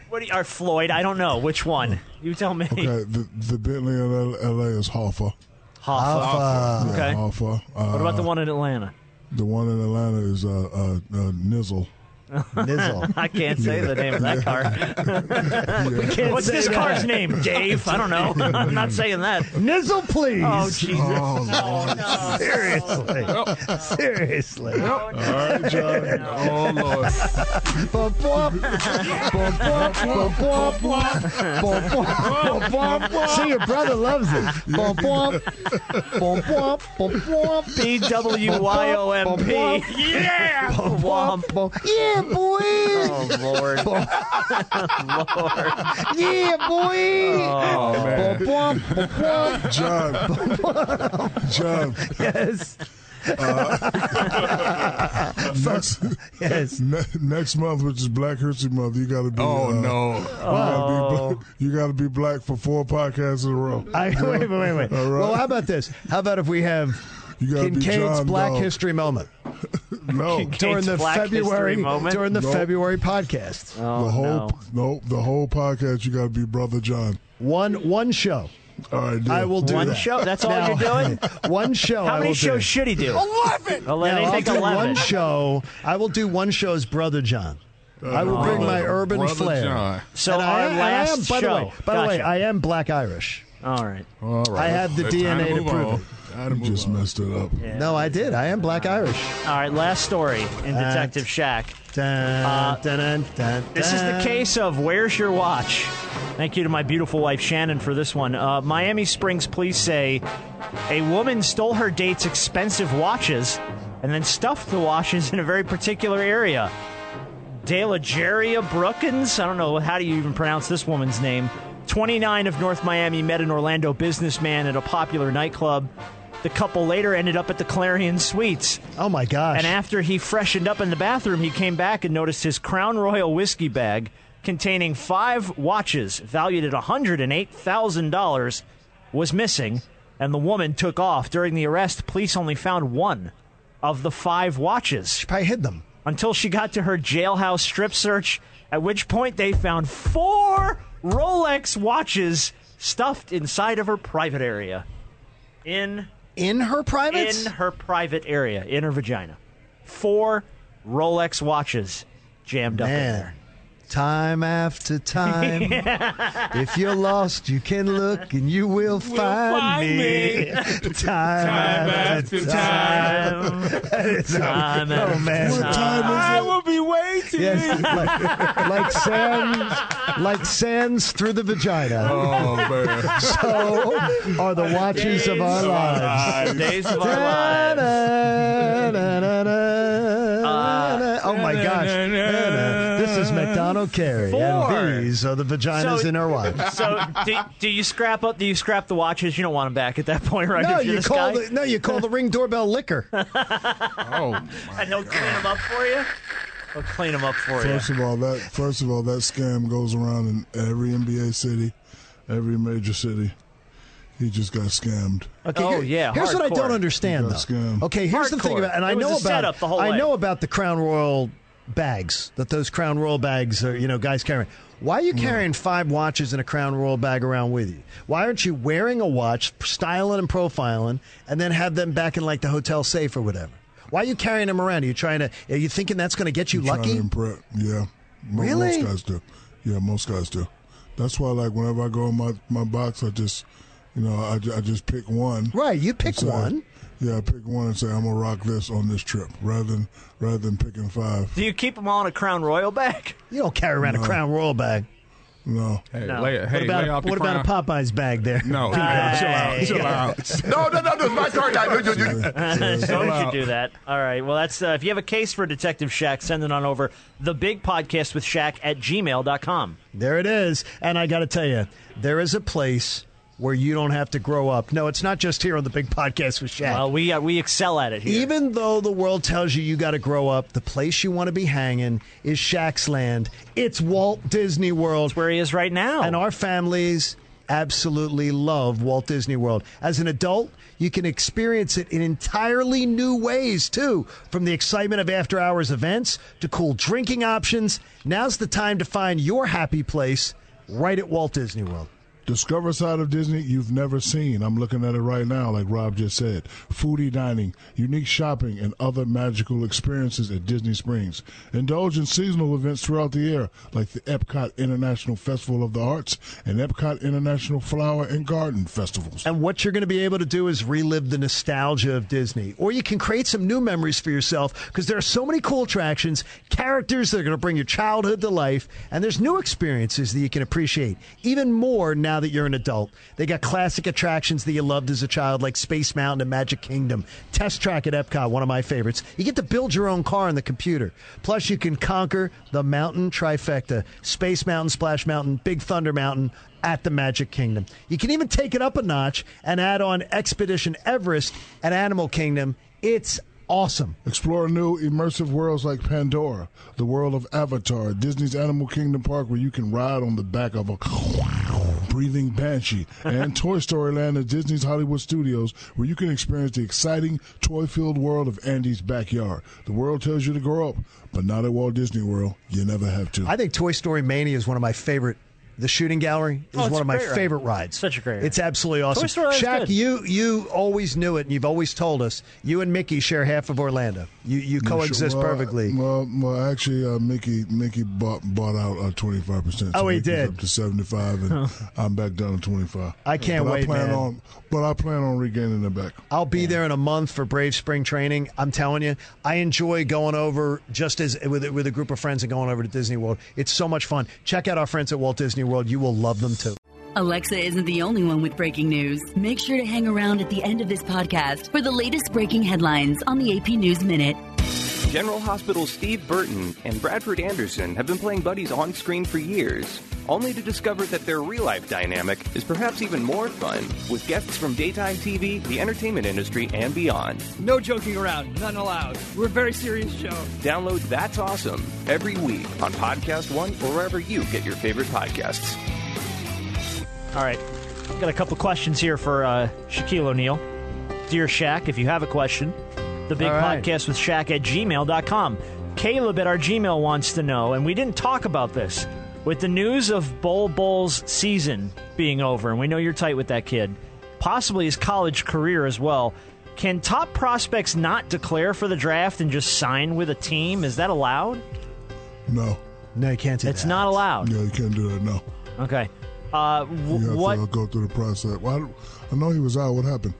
Speaker 5: what do you, or Floyd? I don't know which one. You tell me.
Speaker 10: Okay, the, the Bentley in L- LA is Hoffa.
Speaker 5: *laughs* Hoffa.
Speaker 10: Yeah,
Speaker 5: Okay.
Speaker 10: Hoffa. Uh,
Speaker 5: What about the one in Atlanta?
Speaker 10: The one in Atlanta is uh, uh, uh, Nizzle.
Speaker 6: Nizzle.
Speaker 5: *laughs* I can't say the name of that *laughs* car.
Speaker 10: We
Speaker 6: can't
Speaker 5: What's
Speaker 6: say
Speaker 5: this
Speaker 6: that.
Speaker 5: car's name, Dave? I don't *laughs* know. I'm not saying that.
Speaker 6: Nizzle, please.
Speaker 5: Oh, Jesus.
Speaker 10: Oh,
Speaker 6: Seriously. Seriously.
Speaker 4: All right, John.
Speaker 10: uh.
Speaker 13: *laughs*
Speaker 4: Oh,
Speaker 6: Bum,
Speaker 4: Lord.
Speaker 6: bum. Bum, bum, bum, bum, bum, bum, bum, bum. See, your brother loves it. *laughs* Bum, bum. Bum, bum, bum, bum.
Speaker 5: B W Y O M P.
Speaker 12: Yeah.
Speaker 6: Bum, bum, bum. Yeah, boy.
Speaker 5: *laughs* Oh Lord.
Speaker 6: Bum.
Speaker 5: Oh.
Speaker 6: Yeah, boy.
Speaker 4: Oh, man.
Speaker 6: Bum, bum, bum,
Speaker 10: John.
Speaker 6: bum.
Speaker 4: *laughs*
Speaker 10: John.
Speaker 6: Yes.
Speaker 10: Next,
Speaker 6: Yes.
Speaker 10: ne- next month, which is Black History Month, you got to be.
Speaker 4: Oh,
Speaker 10: uh,
Speaker 4: no. Oh.
Speaker 10: You gotta, be, bla- you gotta be black for four podcasts in a row.
Speaker 6: I, *laughs* wait, wait, wait, wait.
Speaker 10: All right.
Speaker 6: Well, how about this? How about if we have
Speaker 10: You gotta be
Speaker 6: Kincaid's
Speaker 10: John
Speaker 6: Black
Speaker 10: Dog.
Speaker 6: History Moment
Speaker 10: *laughs* No,
Speaker 6: *laughs* during
Speaker 5: Kincaid's
Speaker 6: the
Speaker 5: Black
Speaker 6: February
Speaker 5: History Moment? Oh.
Speaker 6: during the
Speaker 10: Nope.
Speaker 6: February podcast?
Speaker 10: the whole no. the whole podcast. You gotta be brother John.
Speaker 6: One one show.
Speaker 10: All right, deal.
Speaker 6: I will do
Speaker 5: One
Speaker 6: that.
Speaker 5: show? That's all you're doing?
Speaker 6: *laughs* one show. I
Speaker 5: How many
Speaker 6: will
Speaker 5: shows
Speaker 6: Do.
Speaker 5: should he do? Eleven.
Speaker 6: Now, I'll
Speaker 5: Eleven.
Speaker 6: do one show. I will do one show as Brother John.
Speaker 10: Uh,
Speaker 6: I will bring my urban
Speaker 4: Brother
Speaker 6: flair.
Speaker 4: John.
Speaker 5: So
Speaker 6: And I,
Speaker 5: our
Speaker 6: am-
Speaker 5: last
Speaker 6: I am, by
Speaker 5: show.
Speaker 6: the way, by the way,
Speaker 5: Gotcha.
Speaker 6: I am Black Irish.
Speaker 5: All right.
Speaker 4: All right.
Speaker 6: I have the
Speaker 4: It's time
Speaker 6: DNA to
Speaker 4: move
Speaker 6: prove
Speaker 4: on.
Speaker 6: it.
Speaker 4: Time to
Speaker 10: You
Speaker 4: move
Speaker 10: just
Speaker 4: on.
Speaker 10: messed it up.
Speaker 6: No, I did. I am Black Irish.
Speaker 5: All right. Last story in
Speaker 6: Uh,
Speaker 5: Detective Shack.
Speaker 6: Dun, dun, dun, dun,
Speaker 5: Uh, This is the
Speaker 6: dun.
Speaker 5: case of Where's Your Watch? Thank you to my beautiful wife Shannon for this one. Uh, Miami Springs police say a woman stole her date's expensive watches and then stuffed the watches in a very particular area. De La Jeria Brookins, I don't know how do you even pronounce this woman's name. 29 of North Miami met an Orlando businessman at a popular nightclub. The couple later ended up at the Clarion Suites.
Speaker 6: Oh my gosh!
Speaker 5: And after he freshened up in the bathroom, he came back and noticed his Crown Royal whiskey bag containing five watches valued at $108,000 was missing, and the woman took off. During the arrest, police only found one of the five watches
Speaker 6: I hid them.
Speaker 5: until she got to her jailhouse strip search, at which point they found four Rolex watches stuffed inside of her private area. In
Speaker 6: In her privates?
Speaker 5: in her private area, in her vagina. Four Rolex watches jammed up in
Speaker 6: Man.
Speaker 5: there.
Speaker 6: Time after
Speaker 12: *laughs*
Speaker 6: time. If you're lost, you can look and you will find,
Speaker 12: find me.
Speaker 6: *laughs* Time,
Speaker 12: after time.
Speaker 6: *laughs* Time
Speaker 12: after
Speaker 6: oh, man.
Speaker 12: time. What time is I it? will be waiting.
Speaker 6: Yes, like, like sands, like sands through the vagina.
Speaker 12: Oh, man.
Speaker 6: So are the watches of our
Speaker 12: Days of our
Speaker 6: lives.
Speaker 12: lives. Days of our
Speaker 6: Da-da-da-da-da-da-da. Oh my gosh! Da-da. This is McDonald Carey,
Speaker 5: Four.
Speaker 6: and these are the vaginas in our watch.
Speaker 5: So do, do you scrap up? Do you scrap the watches? You don't want them back at that point, right?
Speaker 6: No,
Speaker 5: If you're
Speaker 6: you
Speaker 5: this
Speaker 6: call
Speaker 5: guy?
Speaker 6: the no, you call the ring doorbell liquor.
Speaker 4: oh,
Speaker 5: and they'll clean them up for you. They'll clean them up for you.
Speaker 10: First of all, that first of all that scam goes around in every NBA city, every major city. He just got scammed.
Speaker 6: Okay,
Speaker 5: Oh,
Speaker 6: here-
Speaker 5: yeah,
Speaker 6: Here's what I
Speaker 5: hardcore.
Speaker 6: don't understand
Speaker 10: He
Speaker 6: though.
Speaker 10: got scammed.
Speaker 6: Okay, here's the thing
Speaker 5: Hardcore.
Speaker 6: about, and I
Speaker 5: It was
Speaker 6: know
Speaker 5: a
Speaker 6: about,
Speaker 5: setup the whole
Speaker 6: I
Speaker 5: way.
Speaker 6: know about the Crown Royal bags that those Crown Royal bags are, you know, guys carrying. Why are you
Speaker 10: Mm.
Speaker 6: carrying five watches in a Crown Royal bag around with you? Why aren't you wearing a watch, styling and profiling, and then have them back in like the hotel safe or whatever? Why are you carrying them around? Are you trying to? Are you thinking that's going to get you
Speaker 10: Trying to
Speaker 6: lucky?
Speaker 10: impre- yeah. Mo-
Speaker 6: Really?
Speaker 10: Most guys do. Yeah, most guys do. That's why, like, whenever I go in my, my box, I just, you know, I, ju- I just pick one.
Speaker 6: Right, you pick
Speaker 10: and say-
Speaker 6: one.
Speaker 10: Yeah, I pick one and say I'm gonna rock this on this trip, rather than rather than picking five.
Speaker 5: Do you keep them all in a Crown Royal bag?
Speaker 6: You don't carry around a
Speaker 10: No.
Speaker 6: Crown Royal bag.
Speaker 10: No,
Speaker 4: Hey,
Speaker 5: No.
Speaker 4: lay, hey,
Speaker 6: what about,
Speaker 4: lay off the
Speaker 6: what about
Speaker 4: crown.
Speaker 6: a Popeyes bag there? *laughs*
Speaker 4: No,
Speaker 6: Chill out, chill out,
Speaker 5: Hey.
Speaker 6: chill out.
Speaker 13: No, Oh, no, no, no. It's my turn. now. You- you- you-
Speaker 5: *laughs* Don't you do that. All right. Well, that's uh, if you have a case for Detective Shaq, send it on over the big podcast with Shaq at gmail.com.
Speaker 6: There it is. And I got to tell you, there is a place where you don't have to grow up. No, it's not just here on the big podcast with Shaq.
Speaker 5: Well, we uh, we excel at it here.
Speaker 6: Even though the world tells you you got to grow up, the place you want to be hanging is Shaq's land. It's Walt Disney World.
Speaker 5: where he is right now.
Speaker 6: And our families absolutely love Walt Disney World. As an adult, you can experience it in entirely new ways, too, from the excitement of after hours events to cool drinking options. Now's the time to find your happy place right at Walt Disney World.
Speaker 10: Discover a side of Disney you've never seen. I'm looking at it right now, like Rob just said. Foodie dining, unique shopping, and other magical experiences at Disney Springs. Indulge in seasonal events throughout the year, like the Epcot International Festival of the Arts and Epcot International Flower and Garden Festivals.
Speaker 6: And what you're going to be able to do is relive the nostalgia of Disney. Or you can create some new memories for yourself because there are so many cool attractions, characters that are going to bring your childhood to life, and there's new experiences that you can appreciate even more now that you're an adult. They got classic attractions that you loved as a child, like Space Mountain and Magic Kingdom, Test Track at Epcot, one of my favorites. You get to build your own car on the computer. Plus, you can conquer the mountain trifecta Space Mountain, Splash Mountain, Big Thunder Mountain at the Magic Kingdom. You can even take it up a notch and add on Expedition Everest at Animal Kingdom. It's awesome.
Speaker 10: Explore new immersive worlds like Pandora, the world of Avatar, Disney's Animal Kingdom Park, where you can ride on the back of a breathing banshee, and Toy Story Land at Disney's Hollywood Studios, where you can experience the exciting toy filled world of Andy's backyard. The world tells you to grow up, but not at Walt Disney World. You never have to.
Speaker 6: I think Toy Story Mania is one of my favorite. The shooting gallery is
Speaker 5: Oh,
Speaker 6: one
Speaker 5: it's a
Speaker 6: of my
Speaker 5: great ride.
Speaker 6: favorite rides.
Speaker 5: Such a great ride.
Speaker 6: It's absolutely awesome.
Speaker 5: Toy Story Land's
Speaker 6: Shaq,
Speaker 5: good.
Speaker 6: you you always knew it, and you've always told us. You and Mickey share half of Orlando. You you
Speaker 10: Well,
Speaker 6: coexist
Speaker 10: well,
Speaker 6: perfectly.
Speaker 10: Well, well, actually, uh, Mickey Mickey bought bought out twenty five percent.
Speaker 6: Oh, he did.
Speaker 10: up to seventy five, and I'm back down to twenty five.
Speaker 6: I can't
Speaker 10: but
Speaker 6: wait,
Speaker 10: I plan
Speaker 6: man.
Speaker 10: on, but I plan on regaining it back.
Speaker 6: I'll be there in a month for Brave Spring Training. I'm telling you, I enjoy going over just as with with a group of friends and going over to Disney World. It's so much fun. Check out our friends at Walt Disney World. You will love them too.
Speaker 3: Alexa isn't the only one with breaking news. Make sure to hang around at the end of this podcast for the latest breaking headlines on the AP News Minute.
Speaker 14: General Hospital's Steve Burton and Bradford Anderson have been playing buddies on screen for years, only to discover that their real life dynamic is perhaps even more fun with guests from daytime TV, the entertainment industry, and beyond.
Speaker 15: No joking around, none allowed. We're a very serious show.
Speaker 14: Download That's Awesome every week on Podcast One or wherever you get your favorite podcasts.
Speaker 5: All right. Got a couple questions here for uh, Shaquille O'Neal. Dear Shaq, if you have a question, the big
Speaker 6: All right.
Speaker 5: podcast with Shaq at gmail.com. Caleb at our Gmail wants to know, and we didn't talk about this. With the news of Bull Bull's season being over, and we know you're tight with that kid, possibly his college career as well, can top prospects not declare for the draft and just sign with a team? Is that allowed?
Speaker 10: No,
Speaker 6: No, you can't do
Speaker 5: It's not allowed.
Speaker 10: Yeah, you can't do that. No.
Speaker 5: Okay. Uh,
Speaker 10: You have
Speaker 5: wh- what?
Speaker 10: to uh, go through the process. Well, I, don't- I know he was out. What happened?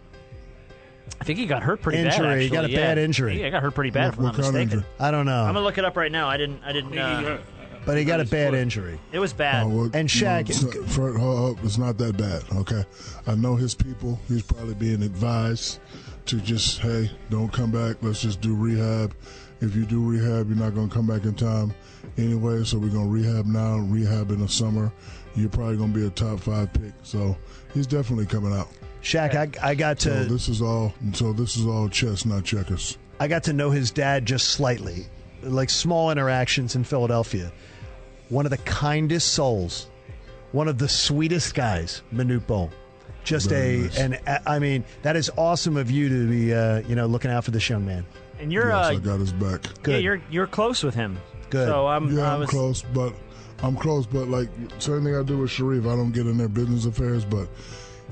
Speaker 5: I think he got hurt pretty bad.
Speaker 6: Injury. He got
Speaker 5: actually,
Speaker 6: a
Speaker 5: yeah.
Speaker 6: bad injury.
Speaker 5: Yeah, I got hurt pretty bad, if I'm not mistaken.
Speaker 6: I don't know.
Speaker 5: I'm gonna look it up right now. I didn't. I didn't. Uh,
Speaker 6: but he got a bad injury.
Speaker 5: it was bad.
Speaker 6: And Shaq-
Speaker 10: You know, Fred Hall is not that bad. Okay, I know his people. He's probably being advised to just, hey, don't come back. Let's just do rehab. If you do rehab, you're not going to come back in time anyway. So we're going to rehab now. Rehab in the summer. You're probably going to be a top five pick. So he's definitely coming out.
Speaker 6: Shaq, I, I got
Speaker 10: So
Speaker 6: to.
Speaker 10: this is all. So this is all chess, not checkers.
Speaker 6: I got to know his dad just slightly, like small interactions in Philadelphia. One of the kindest souls, one of the sweetest guys, Manute Bol. Just
Speaker 5: Very
Speaker 6: a,
Speaker 5: nice.
Speaker 6: and I mean, that is awesome of you to be, uh, you know, looking out for this young man.
Speaker 5: And you're, Yes, uh, I got
Speaker 10: his back.
Speaker 5: Yeah, you're you're close with him.
Speaker 6: Good.
Speaker 5: So I'm.
Speaker 10: yeah,
Speaker 5: Um, I
Speaker 10: I'm
Speaker 5: was,
Speaker 10: close, but I'm close, but like same thing I do with Sharif. I don't get in their business affairs, but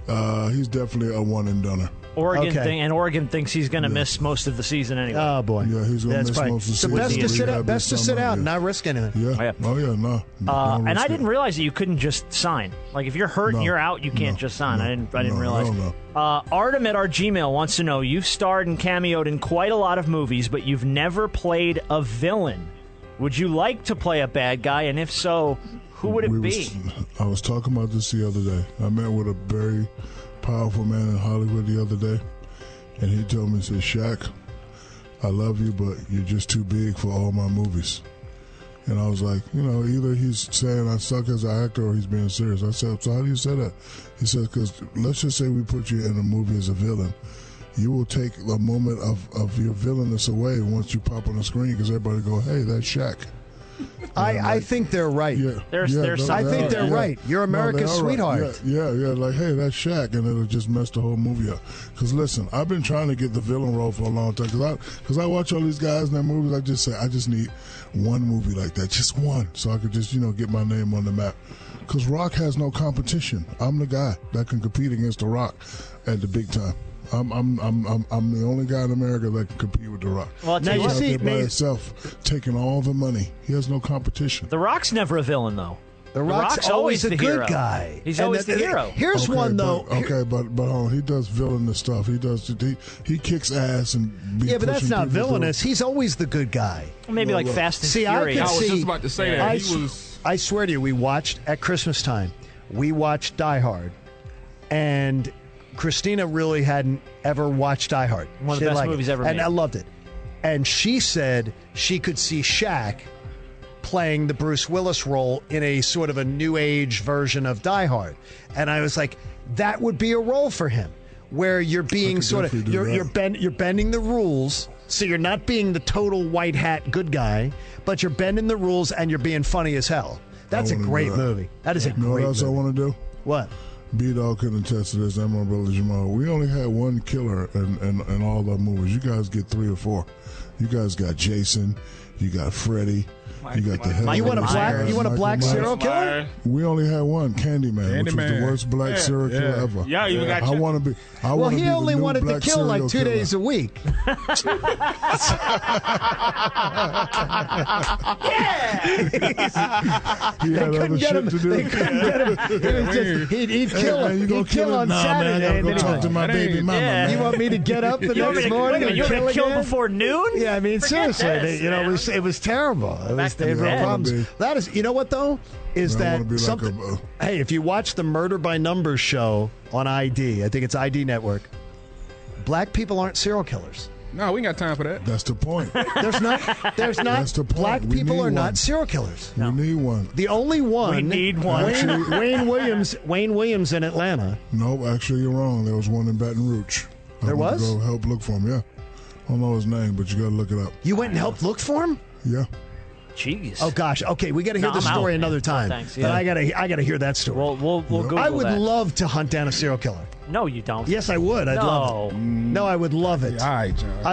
Speaker 10: uh, he's definitely a one and doneer.
Speaker 5: Oregon thing, and Oregon thinks he's going to miss most of the season anyway.
Speaker 6: Oh boy.
Speaker 10: Yeah, he's gonna
Speaker 6: That's
Speaker 10: miss
Speaker 6: probably
Speaker 10: most of the season.
Speaker 6: the best to
Speaker 10: He's
Speaker 6: sit
Speaker 10: gonna
Speaker 6: out.
Speaker 10: be
Speaker 6: Best to
Speaker 10: summer,
Speaker 6: sit out,
Speaker 10: yeah.
Speaker 6: and not risk anything.
Speaker 10: Yeah. Oh yeah, no.
Speaker 5: Uh,
Speaker 10: Don't
Speaker 5: and I
Speaker 10: risk it.
Speaker 5: didn't realize that you couldn't just sign. Like if you're hurt
Speaker 10: No,
Speaker 5: and you're out, you can't just sign. I didn't. I didn't
Speaker 10: no,
Speaker 5: realize.
Speaker 10: hell no.
Speaker 5: Uh, Artem at our Gmail wants to know: You've starred and cameoed in quite a lot of movies, but you've never played a villain. Would you like to play a bad guy? And if so, who would it
Speaker 10: We
Speaker 5: be?
Speaker 10: was- I was talking about this the other day. I met with a very powerful man in Hollywood the other day, and he told me, he said, Shaq, I love you, but you're just too big for all my movies. And I was like, you know, either he's saying I suck as an actor or he's being serious. I said, so how do you say that? He says, because let's just say we put you in a movie as a villain. You will take a moment of, of your villainness away once you pop on the screen because everybody go, hey, that's Shaq.
Speaker 6: I, I think they're right.
Speaker 10: There's- Yeah, there's no,
Speaker 6: I
Speaker 10: they
Speaker 6: think
Speaker 10: are,
Speaker 6: they're
Speaker 10: yeah.
Speaker 6: right. You're
Speaker 10: No, they
Speaker 6: America's
Speaker 10: are right.
Speaker 6: sweetheart.
Speaker 10: Yeah, yeah, yeah, like hey, that's Shaq, and it'll just mess the whole movie up. Because listen, I've been trying to get the villain role for a long time. Because I, because I watch all these guys in their movies. I just say, I just need one movie like that, just one, so I could just you know get my name on the map. Because Rock has no competition. I'm the guy that can compete against the Rock at the big time. I'm I'm I'm I'm, I'm the only guy in America that can compete with the Rock.
Speaker 5: Well, I'll tell
Speaker 10: He's
Speaker 5: you
Speaker 10: out
Speaker 5: what.
Speaker 10: there by
Speaker 5: Nate-
Speaker 10: himself, taking all the money. He has no competition.
Speaker 5: The Rock's never a villain, though.
Speaker 6: The
Speaker 10: Rock's always
Speaker 5: the
Speaker 10: a good
Speaker 5: hero.
Speaker 10: guy.
Speaker 5: He's
Speaker 10: And
Speaker 5: always
Speaker 10: the-
Speaker 5: the, hero.
Speaker 6: Here's one, though.
Speaker 10: But, okay, but but hold on. he does villainous stuff. He does he he kicks ass and be
Speaker 6: Yeah, but that's
Speaker 10: pushing
Speaker 6: not
Speaker 10: people
Speaker 6: villainous. He's always the good guy.
Speaker 5: Maybe like Fast and
Speaker 6: see,
Speaker 5: Furious.
Speaker 6: I, could
Speaker 5: I was
Speaker 6: see,
Speaker 5: just about to say that.
Speaker 6: I,
Speaker 5: He
Speaker 6: s-
Speaker 5: was-
Speaker 6: I swear to you, we watched at Christmas time. We watched Die Hard, and Christina really hadn't ever watched Die Hard.
Speaker 5: One of
Speaker 6: She
Speaker 5: the
Speaker 6: didn't
Speaker 5: best
Speaker 6: like it.
Speaker 5: movies ever
Speaker 6: and
Speaker 5: made.
Speaker 6: I loved it. And she said she could see Shaq playing the Bruce Willis role in a sort of a new age version of Die Hard, and I was like, that would be a role for him, where you're being
Speaker 10: could
Speaker 6: sort of
Speaker 10: definitely do
Speaker 6: you're,
Speaker 10: that.
Speaker 6: you're bend, you're bending the rules. So you're not being the total white hat good guy, but you're bending the rules and you're being funny as hell. That's a
Speaker 10: wanna do
Speaker 6: great
Speaker 10: that.
Speaker 6: movie. That is a
Speaker 10: You know what
Speaker 6: great
Speaker 10: else
Speaker 6: movie.
Speaker 10: I want to do?
Speaker 6: What?
Speaker 10: B Dog can attest to this, and my brother Jamal. We only had one killer in, in, in all our movies. You guys get three or four. You guys got Jason. You got Freddy. You got the hell.
Speaker 6: Myers. You want a black- you want a black serial killer?
Speaker 10: We only had one, Candyman, which was the
Speaker 6: Candyman.
Speaker 10: worst black
Speaker 6: Yeah,
Speaker 10: serial killer
Speaker 6: yeah.
Speaker 10: ever.
Speaker 6: Yeah, you got
Speaker 10: I
Speaker 6: your-
Speaker 10: want to be. I
Speaker 6: well,
Speaker 10: wanna be
Speaker 6: he
Speaker 10: the
Speaker 6: only
Speaker 10: new
Speaker 6: wanted to
Speaker 10: black
Speaker 6: kill
Speaker 10: serial
Speaker 6: like two
Speaker 10: killer.
Speaker 6: days a week.
Speaker 10: He
Speaker 6: They
Speaker 10: had
Speaker 6: couldn't
Speaker 10: other
Speaker 6: get
Speaker 10: shit
Speaker 6: him-
Speaker 10: to do.
Speaker 6: they couldn't
Speaker 10: *laughs*
Speaker 6: get him. It was just- he'd, he'd
Speaker 10: Hey,
Speaker 6: kill
Speaker 10: man,
Speaker 6: him.
Speaker 10: you gonna
Speaker 6: He'd kill,
Speaker 10: kill him?
Speaker 6: on
Speaker 10: Nah, man, I
Speaker 6: Saturday.
Speaker 10: gotta
Speaker 6: and
Speaker 10: go
Speaker 6: then he'd
Speaker 10: talk
Speaker 6: be
Speaker 10: to my
Speaker 6: like,
Speaker 10: baby mama, man.
Speaker 6: You want me to
Speaker 10: *laughs*
Speaker 6: get up the
Speaker 10: You want
Speaker 6: next
Speaker 10: me to-
Speaker 6: morning
Speaker 10: wait a minute,
Speaker 6: and
Speaker 10: you want me
Speaker 6: kill
Speaker 10: to kill him
Speaker 6: again?
Speaker 5: before noon?
Speaker 6: Yeah, I mean,
Speaker 5: Forget
Speaker 6: seriously,
Speaker 5: this,
Speaker 6: they- you know, it was, it was terrible. It was,
Speaker 5: to
Speaker 6: they had real
Speaker 10: bed.
Speaker 6: problems. That is, you know what though, is
Speaker 10: Man, I wanna
Speaker 6: that
Speaker 10: be like
Speaker 6: something?
Speaker 10: a- uh,
Speaker 6: hey, if you watch the Murder by Numbers show on ID, I think it's ID Network. Black people aren't serial killers.
Speaker 4: No, we ain't got time for that.
Speaker 10: That's the
Speaker 6: *laughs*
Speaker 10: point.
Speaker 6: There's not. There's
Speaker 10: *laughs*
Speaker 6: not.
Speaker 10: That's the point.
Speaker 6: Black
Speaker 10: We
Speaker 6: people
Speaker 10: need
Speaker 6: are
Speaker 10: one.
Speaker 6: not serial killers.
Speaker 10: We need one.
Speaker 6: The only one.
Speaker 5: We need one. *laughs*
Speaker 6: Wayne, Wayne Williams. Wayne Williams in Atlanta.
Speaker 10: No, actually, you're wrong. There was one in Baton Rouge. I
Speaker 6: There
Speaker 10: went to
Speaker 6: was?
Speaker 10: Go help look for him. Yeah, I don't know his name, but you got to look it up.
Speaker 6: You went and helped look for him. *laughs*
Speaker 10: Yeah.
Speaker 5: Jeez.
Speaker 6: Oh gosh. Okay, we got to hear
Speaker 5: No,
Speaker 6: the
Speaker 5: I'm
Speaker 6: story
Speaker 5: out, man.
Speaker 6: another
Speaker 5: No,
Speaker 6: time.
Speaker 5: thanks,
Speaker 6: But
Speaker 5: yeah.
Speaker 6: I gotta. I gotta hear that story.
Speaker 5: We'll we'll, we'll Google
Speaker 6: I would
Speaker 5: that.
Speaker 6: love to hunt down a serial killer.
Speaker 5: No, you don't.
Speaker 6: Yes, I would. I'd
Speaker 5: no.
Speaker 6: love it. No, I would love it. I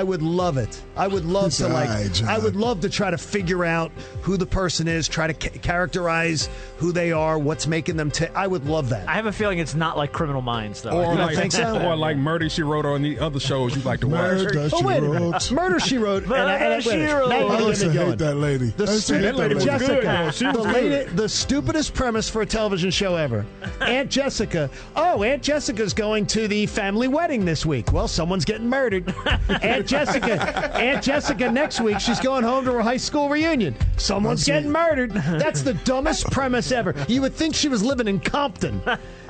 Speaker 6: would love it. I would love
Speaker 5: It's
Speaker 6: to like.
Speaker 5: aye, John.
Speaker 6: I would love to try to figure out who the person is, try to ca- characterize who they are, what's making them. tick. I would love that.
Speaker 5: I have a feeling it's not like Criminal Minds, though.
Speaker 6: You don't think so?
Speaker 16: or like Murder She Wrote or any other shows you like to watch.
Speaker 6: oh wait, a minute. Murder she wrote. and I- and I- wait a minute. Now you're
Speaker 4: I
Speaker 6: getting
Speaker 4: used to
Speaker 6: me going.
Speaker 4: hate that lady.
Speaker 6: The
Speaker 4: I used to hate
Speaker 6: stupid
Speaker 4: that lady.
Speaker 6: Jessica, the, lady, the stupidest premise for a television show ever. Aunt Jessica. Oh, Aunt Jessica's going to the family wedding this week. Well, someone's getting murdered. *laughs* Aunt Jessica. Aunt Jessica next week. She's going home to her high school reunion. Someone's getting murdered. That's the dumbest premise ever. You would think she was living in Compton.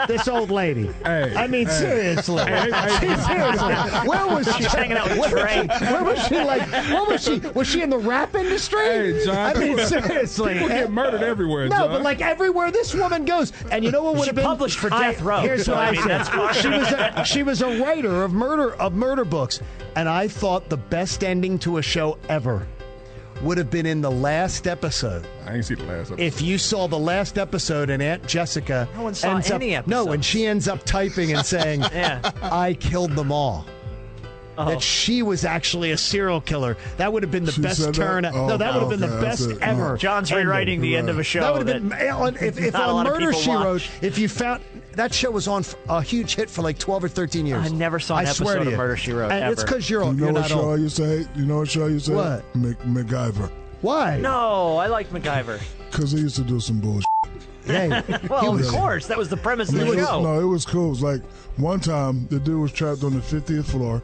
Speaker 6: This old lady. I mean,
Speaker 10: hey.
Speaker 6: seriously.
Speaker 10: Hey, hey.
Speaker 6: *laughs* seriously. Where was she?
Speaker 10: She's hanging out with
Speaker 6: where,
Speaker 10: Dre.
Speaker 6: where was she? Like, what was she? Was she in the rap industry? I mean, seriously.
Speaker 16: People get murdered everywhere,
Speaker 6: No,
Speaker 16: John.
Speaker 6: but like everywhere this woman goes, and you know what would
Speaker 5: She
Speaker 6: have been
Speaker 5: published for
Speaker 6: I-
Speaker 5: Death Row,
Speaker 6: Here's
Speaker 5: so
Speaker 6: what
Speaker 5: I
Speaker 6: I,
Speaker 5: mean,
Speaker 6: said:
Speaker 5: that's part-
Speaker 6: she was a, she was a writer of murder of murder books, and I thought the best ending to a show ever would have been in the last episode.
Speaker 16: I ain't seen the last episode.
Speaker 6: If you saw the last episode and Aunt Jessica
Speaker 5: No one saw
Speaker 6: ends
Speaker 5: any
Speaker 6: up, no, when she ends up typing and saying,
Speaker 5: *laughs* Yeah. Uh-huh.
Speaker 6: "I killed them all." That she was actually a serial killer. That would have been the
Speaker 5: She
Speaker 6: best
Speaker 5: said that?
Speaker 6: turn.
Speaker 5: Oh,
Speaker 6: no, that would have
Speaker 5: okay,
Speaker 6: been the
Speaker 5: that's
Speaker 6: best
Speaker 5: it. Uh-huh. No.
Speaker 6: ever.
Speaker 5: John's
Speaker 6: ending.
Speaker 5: rewriting the end of a Right. show
Speaker 6: That would have been
Speaker 5: that
Speaker 6: on, if, if
Speaker 5: not a
Speaker 6: on
Speaker 5: lot of
Speaker 6: Murder
Speaker 5: people
Speaker 6: She
Speaker 5: watch.
Speaker 6: Wrote. If you found that show was on f- a huge hit for like twelve or thirteen years.
Speaker 5: I never saw an
Speaker 6: I swear
Speaker 5: episode
Speaker 6: to
Speaker 5: of
Speaker 6: you.
Speaker 5: Murder, She Wrote,
Speaker 6: And it's
Speaker 5: ever.
Speaker 6: because you're,
Speaker 4: You know
Speaker 6: you're
Speaker 4: what
Speaker 6: not
Speaker 4: show I
Speaker 6: old.
Speaker 4: used to hate? You know what show I used to
Speaker 6: What?
Speaker 4: hate? Mc, MacGyver.
Speaker 6: Why?
Speaker 5: No, I like MacGyver.
Speaker 4: Because he used to do some bullshit.
Speaker 5: *laughs* well,
Speaker 4: He
Speaker 5: of
Speaker 4: was-
Speaker 5: course, that was the premise of
Speaker 4: It
Speaker 5: the
Speaker 4: was-
Speaker 5: show.
Speaker 4: No, it was cool. It was like one time the dude was trapped on the 50th floor.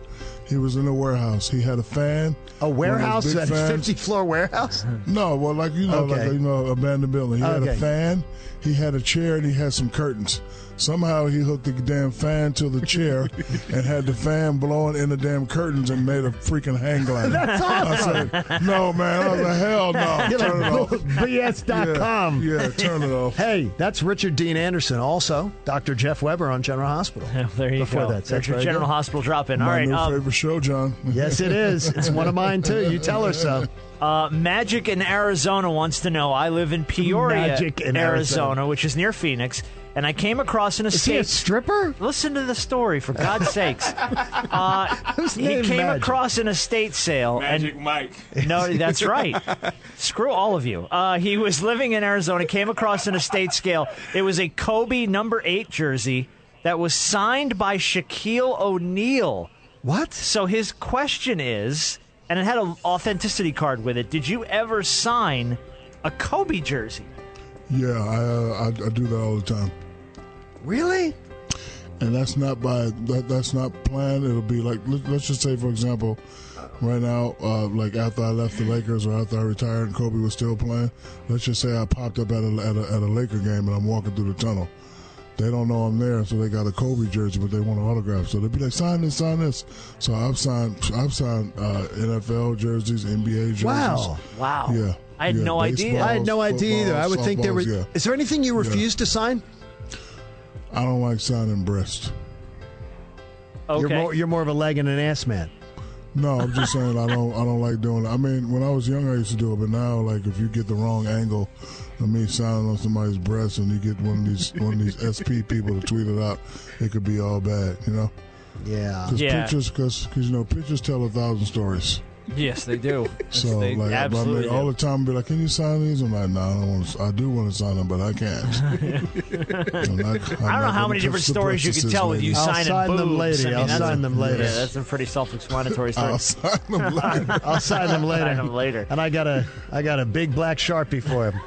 Speaker 4: He was in a warehouse. He had a fan.
Speaker 6: A warehouse?
Speaker 4: One of those
Speaker 6: Is
Speaker 4: big
Speaker 6: that a
Speaker 4: fans.
Speaker 6: 50 floor warehouse?
Speaker 4: No, well, like you know, like
Speaker 6: Okay.
Speaker 4: you know, abandoned building. He had a
Speaker 6: Okay.
Speaker 4: fan. He had a chair and he had some curtains. Somehow he hooked the damn fan to the
Speaker 16: *laughs*
Speaker 4: chair and had the fan blowing in the damn curtains and made a freaking hang glider. *laughs*
Speaker 10: That's awesome.
Speaker 4: I said, no, man. I was like, hell no.
Speaker 6: You're
Speaker 4: Turn it
Speaker 6: like,
Speaker 4: off.
Speaker 6: BS.com.
Speaker 4: Yeah, yeah, turn it off.
Speaker 6: Hey, that's Richard Dean Anderson, also Dr. Jeff Weber on General Hospital.
Speaker 5: there you
Speaker 6: Before
Speaker 5: go.
Speaker 6: that,
Speaker 5: There's your General Hospital drop in. All
Speaker 4: My
Speaker 5: right.
Speaker 4: new
Speaker 5: um,
Speaker 4: favorite show, John.
Speaker 6: Yes, it is. It's one of mine too. You tell her
Speaker 4: *laughs*
Speaker 6: so.
Speaker 5: Uh, Magic in Arizona wants to know. I live in Peoria,
Speaker 6: Magic in Arizona.
Speaker 5: which is near Phoenix, and I came across an
Speaker 6: Is he
Speaker 5: estate.
Speaker 6: a stripper?
Speaker 5: Listen to the story, for God's
Speaker 6: *laughs*
Speaker 5: sakes. Uh,
Speaker 6: Whose
Speaker 5: he
Speaker 6: name
Speaker 5: came
Speaker 6: Magic?
Speaker 5: across an estate sale. Magic
Speaker 8: Mike.
Speaker 5: No, that's right. Screw all of you. Uh, he was living in Arizona, came across an estate sale. It was a Kobe number eight jersey that was signed by Shaquille O'Neal.
Speaker 6: What?
Speaker 5: So his question is, and it had an authenticity card with it. Did you ever sign a Kobe jersey?
Speaker 4: Yeah, I, uh, I I do that all the time.
Speaker 6: Really?
Speaker 4: And that's not by that, that's not planned. It'll be like let, let's just say for example, right now, uh, like after I left the Lakers or after I retired and Kobe was still playing, let's just say I popped up at a at a, at a Laker game and I'm walking through the tunnel. They don't know I'm there, so they got a Kobe jersey, but they want an autograph. So they'll be like, "Sign this, sign this." So I've signed, I've signed uh, NFL jerseys, NBA jerseys.
Speaker 6: Wow.
Speaker 5: Wow.
Speaker 4: Yeah.
Speaker 5: I had
Speaker 4: Yeah,
Speaker 5: no idea.
Speaker 6: I had no
Speaker 4: baseballs,
Speaker 6: idea either. I would think there were.
Speaker 4: softballs, yeah.
Speaker 6: Is there anything you
Speaker 4: Yeah.
Speaker 6: refuse to sign?
Speaker 4: I don't like signing breasts.
Speaker 6: You're more, you're more of a leg and an ass man.
Speaker 4: No, I'm just saying I don't I don't like doing it. I mean, when I was young, I used to do it, but now, like, if you get the wrong angle of me signing on somebody's breast, and you get one of these one of these SP people to tweet it out, it could be all bad, you know?
Speaker 6: Yeah.
Speaker 4: *laughs* Because pictures, because you know, pictures tell a thousand stories.
Speaker 5: Yes, they do.
Speaker 4: So like, I- I mean, all the time, be like, "Can you sign these?" I'm like, "No, I don't want to. I do want to sign them, but I
Speaker 5: *laughs*
Speaker 4: can't." I'm not- I'm
Speaker 5: I don't know
Speaker 4: not
Speaker 5: how
Speaker 4: gonna
Speaker 5: many
Speaker 4: touch
Speaker 5: different
Speaker 4: the
Speaker 5: stories you
Speaker 4: breasts
Speaker 5: could tell with
Speaker 4: lady.
Speaker 5: you signing boobs. I mean,
Speaker 6: I'll
Speaker 5: that's a-
Speaker 6: sign them later.
Speaker 5: Yeah, that's a pretty self-explanatory story.
Speaker 6: I'll
Speaker 4: sign
Speaker 5: *laughs*
Speaker 4: them
Speaker 6: later. I'll sign them later.
Speaker 5: Sign them later.
Speaker 6: And I got a I got a big black sharpie for him.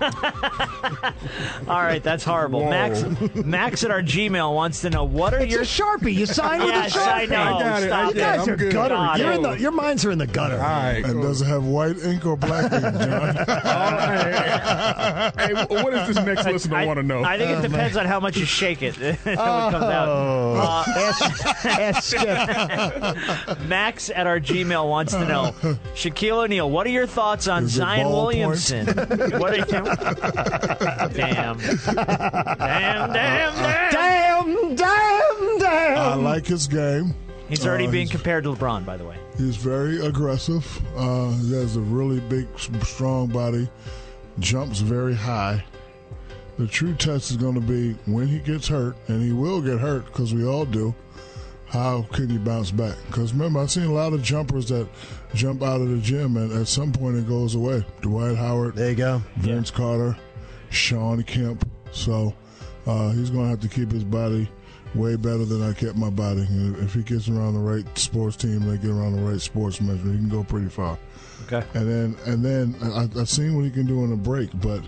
Speaker 5: All right, that's horrible.
Speaker 6: Whoa.
Speaker 5: Max Max at our Gmail wants to know what are
Speaker 6: It's
Speaker 5: your
Speaker 6: a Sharpie. You sign with
Speaker 5: Yes,
Speaker 6: a Sharpie.
Speaker 5: I know. I got it. Stop
Speaker 6: You
Speaker 5: it.
Speaker 6: guys
Speaker 5: I'm
Speaker 6: are
Speaker 5: good. Got
Speaker 6: gutter. You're in
Speaker 5: it.
Speaker 6: the, your minds are in the gutter.
Speaker 4: And does it have white ink or black ink,
Speaker 5: *laughs*
Speaker 4: John?
Speaker 16: hey, what does this next listener want to know?
Speaker 5: I think it depends on how much you shake it. *laughs* it comes out.
Speaker 6: Oh.
Speaker 5: Uh, *laughs* Max at our Gmail wants to know Shaquille O'Neal, what are your thoughts on
Speaker 10: Is it
Speaker 5: Zion
Speaker 10: ball
Speaker 5: Williamson? what are you? Damn. Damn, damn, damn.
Speaker 6: *laughs* Damn, damn, damn.
Speaker 5: Uh,
Speaker 4: I like his game.
Speaker 5: He's already
Speaker 4: Uh,
Speaker 5: being compared to LeBron, by the way.
Speaker 4: He's very aggressive. Uh, he has a really big, s- strong body. Jumps very high.
Speaker 10: The true test is going to be when he gets hurt, and he will get hurt because we all do. How can you bounce back? Because remember, I've seen a lot of jumpers that jump out of the gym, and at some point it goes away. Dwight Howard,
Speaker 6: there you go.
Speaker 10: Vince Carter, Sean Kemp. So uh, he's going to have to keep his body way better than I kept my body. And if he gets around the right sports team, they get around the right sports measure, he can go pretty far.
Speaker 5: Okay.
Speaker 10: And then and then I, I've seen what he can do in a break, but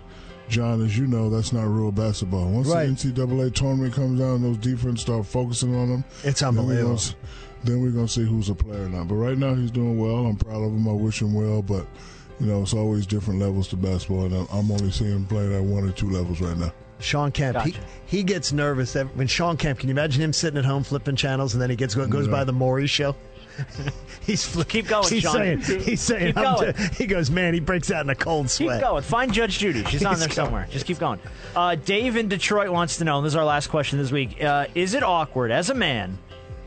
Speaker 10: John, as you know, that's not real basketball. Once
Speaker 6: Right.
Speaker 10: the NCAA tournament comes down, those defense start focusing on him.
Speaker 6: It's
Speaker 10: then we're gonna
Speaker 6: unbelievable.
Speaker 10: s- Then we're gonna see who's a player or not. But right now, he's doing well. I'm proud of him. I wish him well, but. You know, it's always different levels to basketball, and I'm- I'm only seeing him playing at one or two levels right now.
Speaker 6: Sean Kemp, he, he gets nervous ev- when Sean Kemp. Can you imagine him sitting at home flipping channels and then he gets goes
Speaker 10: Yeah.
Speaker 6: by the Maury show? *laughs* he's flipping.
Speaker 5: Keep going,
Speaker 6: He's
Speaker 5: Sean.
Speaker 6: saying. He's saying.
Speaker 5: Keep
Speaker 6: I'm
Speaker 5: going.
Speaker 6: ju- he goes, man. He breaks out in a cold
Speaker 5: Keep
Speaker 6: sweat.
Speaker 5: going. Find Judge Judy. She's on
Speaker 6: He's
Speaker 5: there
Speaker 6: going.
Speaker 5: somewhere. Just keep going. Uh, Dave in Detroit wants to know. And this is our last question this week. Uh, is it awkward as a man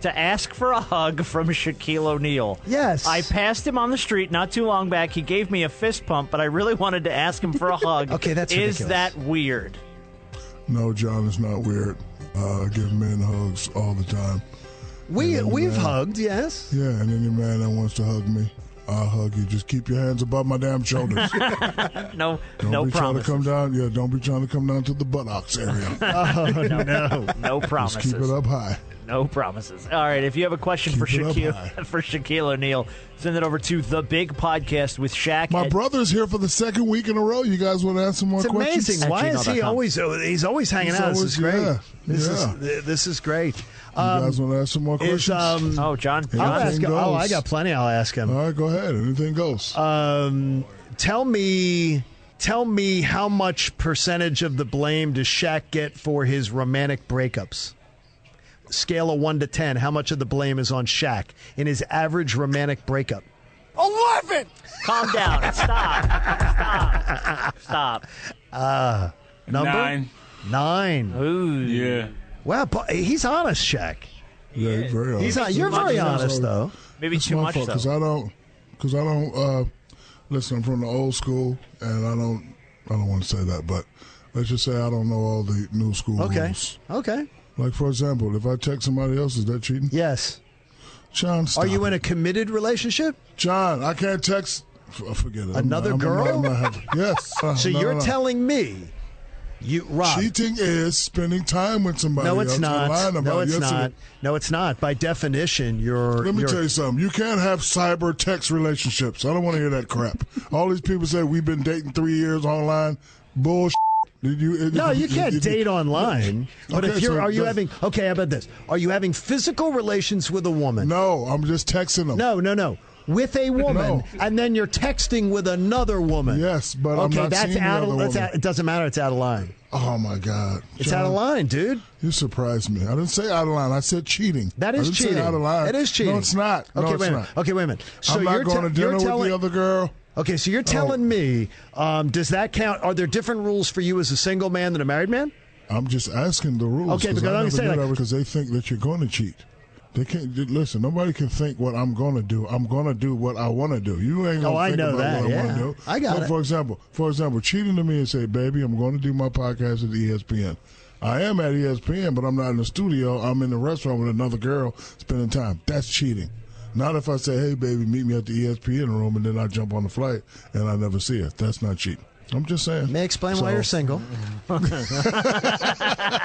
Speaker 5: to ask for a hug from Shaquille O'Neal?
Speaker 6: Yes.
Speaker 5: I passed him on the street not too long back. He gave me a fist pump, but I really wanted to ask him
Speaker 6: *laughs*
Speaker 5: for a hug.
Speaker 6: Okay, that's
Speaker 5: is
Speaker 6: ridiculous.
Speaker 5: that weird?
Speaker 10: No, John, it's not weird. Uh, I give men hugs all the time.
Speaker 6: We
Speaker 10: And any
Speaker 6: we've
Speaker 10: man-
Speaker 6: hugged, yes.
Speaker 10: Yeah, and any man that wants to hug me, I'll hug you. Just keep your hands above my damn shoulders.
Speaker 5: No,
Speaker 10: Don't
Speaker 5: no
Speaker 10: be
Speaker 5: promise.
Speaker 10: trying to come down. Yeah, don't be trying to come down to the buttocks area.
Speaker 6: *laughs*
Speaker 5: *laughs* no, no, no promises.
Speaker 10: Just keep it up high.
Speaker 5: No promises. All right. If you have a question for
Speaker 10: Keep it up
Speaker 5: Shaquille *laughs* for Shaquille O'Neal, send it over to the Big Podcast with Shaq.
Speaker 10: My
Speaker 5: at-
Speaker 10: brother's here for the second week in a row. You guys want to ask some more
Speaker 6: It's
Speaker 10: questions?
Speaker 6: amazing. Why is he always? oh, He's always hanging
Speaker 10: He's
Speaker 6: out.
Speaker 10: always-
Speaker 6: this is great.
Speaker 10: yeah,
Speaker 6: This
Speaker 10: yeah.
Speaker 6: is th- this is great. Uh,
Speaker 10: You guys want to ask some more
Speaker 6: is,
Speaker 10: questions?
Speaker 6: um,
Speaker 5: oh, John.
Speaker 6: I'll
Speaker 10: Anything
Speaker 6: ask him. Uh, Oh,
Speaker 10: goes.
Speaker 6: I got plenty. I'll ask him.
Speaker 10: All right, go ahead. Anything goes.
Speaker 6: Um, tell me, tell me how much percentage of the blame does Shaq get for his romantic breakups? Scale of one to ten, how much of the blame is on Shaq in his average romantic breakup?
Speaker 5: 11! Calm
Speaker 10: *laughs*
Speaker 5: down. Stop. Stop. Stop.
Speaker 6: Uh, number
Speaker 12: Nine.
Speaker 6: Nine.
Speaker 5: Ooh.
Speaker 12: Yeah.
Speaker 6: Wow, but he's honest, Shaq.
Speaker 10: Yeah, he's very honest.
Speaker 6: He's not, you're very honest though.
Speaker 5: Maybe
Speaker 10: That's
Speaker 5: too
Speaker 10: my
Speaker 5: much,
Speaker 10: fault,
Speaker 5: though.
Speaker 10: Cause I don't, cause I don't. Uh, listen, I'm from the old school, and I don't. I don't want to say that, but let's just say I don't know all the new school
Speaker 6: Okay.
Speaker 10: rules.
Speaker 6: Okay.
Speaker 10: Like for example, if I text somebody else, is that cheating?
Speaker 6: Yes.
Speaker 10: John, stop
Speaker 6: Are you in
Speaker 10: it.
Speaker 6: a committed relationship?
Speaker 10: John, I can't text. f- uh, Forget it. I'm
Speaker 6: Another
Speaker 10: not- I'm-
Speaker 6: girl?
Speaker 10: I'm not happy. yes. Uh,
Speaker 6: *laughs* So
Speaker 10: no,
Speaker 6: you're
Speaker 10: no, no.
Speaker 6: telling me you Rob
Speaker 10: cheating is spending time with somebody.
Speaker 6: No, it's
Speaker 10: else and lying
Speaker 6: not.
Speaker 10: about
Speaker 6: No,
Speaker 10: it.
Speaker 6: it's
Speaker 10: Yes, it
Speaker 6: not.
Speaker 10: is.
Speaker 6: No, it's not. By definition, you're.
Speaker 10: Let me
Speaker 6: you're-
Speaker 10: tell you something. You can't have cyber text relationships. I don't want to hear that crap. All these people say we've been dating three years online. Bullshit. Did *laughs* you? it-
Speaker 6: No, you
Speaker 10: it-
Speaker 6: can't
Speaker 10: it-
Speaker 6: date online.
Speaker 10: *laughs*
Speaker 6: But
Speaker 10: Okay,
Speaker 6: if you're,
Speaker 10: so
Speaker 6: are you
Speaker 10: the-
Speaker 6: having? Okay, how about this? Are you having physical relations with a woman?
Speaker 10: No, I'm just texting them.
Speaker 6: No, no, no. With a woman,
Speaker 10: No.
Speaker 6: and then you're texting with another woman.
Speaker 10: Yes, but I'm
Speaker 6: okay,
Speaker 10: not
Speaker 6: that's
Speaker 10: seeing the
Speaker 6: out.
Speaker 10: other
Speaker 6: of, that's
Speaker 10: woman.
Speaker 6: out- It doesn't matter. It's out of line.
Speaker 10: Oh my god.
Speaker 6: It's out of line, dude.
Speaker 10: You surprised me. I didn't say out of line. I said cheating.
Speaker 6: That
Speaker 10: I
Speaker 6: is
Speaker 10: didn't say
Speaker 6: cheating.
Speaker 10: out of line.
Speaker 6: That is cheating.
Speaker 10: No, it's not.
Speaker 6: Okay,
Speaker 10: no,
Speaker 6: wait
Speaker 10: it's
Speaker 6: a minute.
Speaker 10: not.
Speaker 6: Okay, wait a minute. So
Speaker 10: I'm not
Speaker 6: you're
Speaker 10: going to
Speaker 6: te-
Speaker 10: dinner
Speaker 6: you're telling
Speaker 10: with the other girl.
Speaker 6: Okay, so you're telling me, um, does that count? Are there different rules for you as a single man than a married man?
Speaker 10: I'm just asking the rules.
Speaker 6: Okay, because I'm saying, like-
Speaker 10: because they think that you're going to cheat. They can't d- listen. Nobody can think what I'm going to do. I'm going to do what I want to do. You ain't going to
Speaker 6: Oh, I
Speaker 10: think
Speaker 6: know
Speaker 10: about
Speaker 6: that,
Speaker 10: what I
Speaker 6: yeah.
Speaker 10: want to do.
Speaker 6: I got
Speaker 10: Like,
Speaker 6: it.
Speaker 10: For example, for example, cheating to me and say, "Baby, I'm going to do my podcast at E ESPN." I am at E ESPN, but I'm not in the studio. I'm in the restaurant with another girl spending time. That's cheating. Not if I say, "Hey, baby, meet me at the E ESPN room," and then I jump on the flight and I never see her. That's not cheating. I'm just saying.
Speaker 6: May I explain why
Speaker 10: So-
Speaker 6: you're *laughs* single.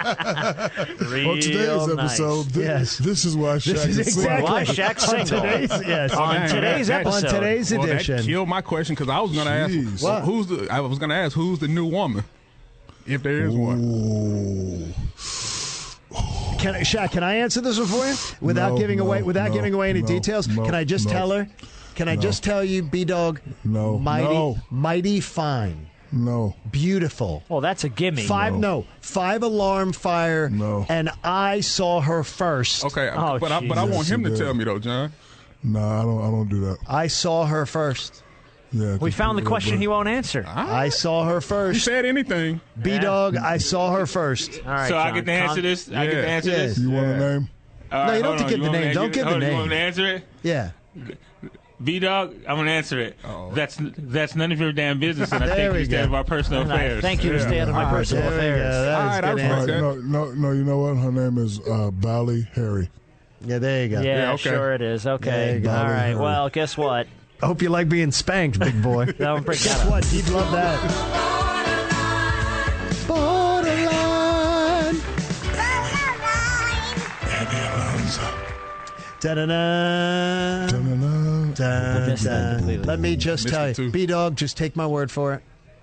Speaker 10: On today's
Speaker 5: Real nice.
Speaker 10: episode, thi-
Speaker 6: Yes.
Speaker 10: this is why Shaq
Speaker 6: This is
Speaker 10: is single.
Speaker 6: exactly *laughs*
Speaker 5: Why Shaq's
Speaker 6: on
Speaker 5: single.
Speaker 6: today's yes
Speaker 5: Oh, On today's episode.
Speaker 6: on today's
Speaker 4: well, That
Speaker 6: edition.
Speaker 4: killed my question because I was going to
Speaker 10: Jeez.
Speaker 4: ask
Speaker 10: What?
Speaker 4: who's the. I was going to ask who's the new woman, if there is one.
Speaker 10: Ooh.
Speaker 6: Can, Shaq, can I answer this one for you without
Speaker 10: No,
Speaker 6: giving
Speaker 10: no,
Speaker 6: away without
Speaker 10: no,
Speaker 6: giving away any
Speaker 10: no,
Speaker 6: details?
Speaker 10: no,
Speaker 6: can I just
Speaker 10: no.
Speaker 6: tell her? Can I
Speaker 10: No.
Speaker 6: just tell you, B Dog?
Speaker 10: No,
Speaker 6: mighty,
Speaker 10: no.
Speaker 6: mighty fine,
Speaker 10: No.
Speaker 6: beautiful.
Speaker 5: Well, that's a gimme.
Speaker 6: Five no. five alarm fire.
Speaker 10: No.
Speaker 6: and I saw her first.
Speaker 4: Okay,
Speaker 5: Oh,
Speaker 4: but I, but I
Speaker 5: Jesus.
Speaker 4: want him to
Speaker 10: Yes, he
Speaker 4: tell
Speaker 10: did.
Speaker 4: me though, John.
Speaker 10: No, I don't. I don't do that.
Speaker 6: I saw her first.
Speaker 10: Yeah,
Speaker 5: We found the question he won't answer. All
Speaker 6: I saw
Speaker 5: *laughs*
Speaker 6: her
Speaker 4: He
Speaker 6: first.
Speaker 4: said anything.
Speaker 6: B Dog, I saw her first.
Speaker 5: right,
Speaker 12: so I
Speaker 5: John.
Speaker 12: get to answer
Speaker 5: Con-
Speaker 12: this. I get to
Speaker 4: Yeah.
Speaker 12: answer this.
Speaker 10: You want a name?
Speaker 12: All
Speaker 6: No, you don't
Speaker 12: hold
Speaker 6: have to
Speaker 12: on. You
Speaker 6: give the
Speaker 12: want me
Speaker 6: name.
Speaker 12: to
Speaker 6: Don't
Speaker 12: answer-
Speaker 6: give the
Speaker 12: hold on, You
Speaker 6: name.
Speaker 12: want me to answer it?
Speaker 6: Yeah.
Speaker 17: V Dog, I'm gonna answer it. That's that's none of your damn business, and I
Speaker 10: *laughs* There
Speaker 17: thank
Speaker 10: we
Speaker 17: you to stay
Speaker 10: go.
Speaker 17: out of my personal
Speaker 10: And I
Speaker 17: affairs.
Speaker 10: thank you to stay out of my Yeah. personal All right, there we affairs. go. That is good
Speaker 17: respect
Speaker 10: Uh,
Speaker 17: that.
Speaker 10: no, no, no. You know what? Her name is uh, Bally Harry.
Speaker 6: Yeah, there you
Speaker 10: go.
Speaker 5: Yeah,
Speaker 10: Yeah, okay.
Speaker 5: sure it is. Okay.
Speaker 10: Yeah,
Speaker 5: All right.
Speaker 10: yeah.
Speaker 5: Well, guess what?
Speaker 6: I hope you like being spanked, big boy.
Speaker 5: *laughs* Don't break
Speaker 6: Guess
Speaker 5: that up.
Speaker 6: what? He'd love that. Borderline. Da-da-da. Dun,
Speaker 5: missed that
Speaker 6: dun.
Speaker 5: completely.
Speaker 6: Let me just
Speaker 5: Missed
Speaker 6: tell
Speaker 5: it
Speaker 6: you, B Dog, just take my word for it.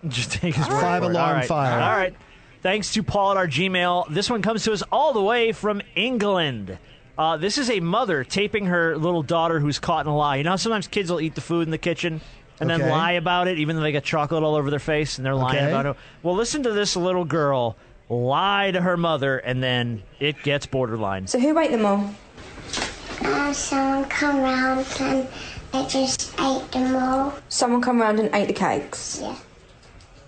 Speaker 5: Just take his word
Speaker 6: Five
Speaker 5: for it.
Speaker 6: alarm
Speaker 5: All right.
Speaker 6: fire.
Speaker 5: All right. Thanks to Paul at our Gmail. This one comes to us all the way from England. Uh, this is a mother taping her little daughter who's caught in a lie. You know, how sometimes kids will eat the food in the kitchen and then
Speaker 6: Okay.
Speaker 5: lie about it, even though they got chocolate all over their face and they're lying
Speaker 6: Okay.
Speaker 5: about it. Well, listen to this little girl lie to her mother, and then it gets borderline.
Speaker 18: So who ate them all? Uh, someone come round and they just ate them all. Someone come round and ate the cakes? Yeah.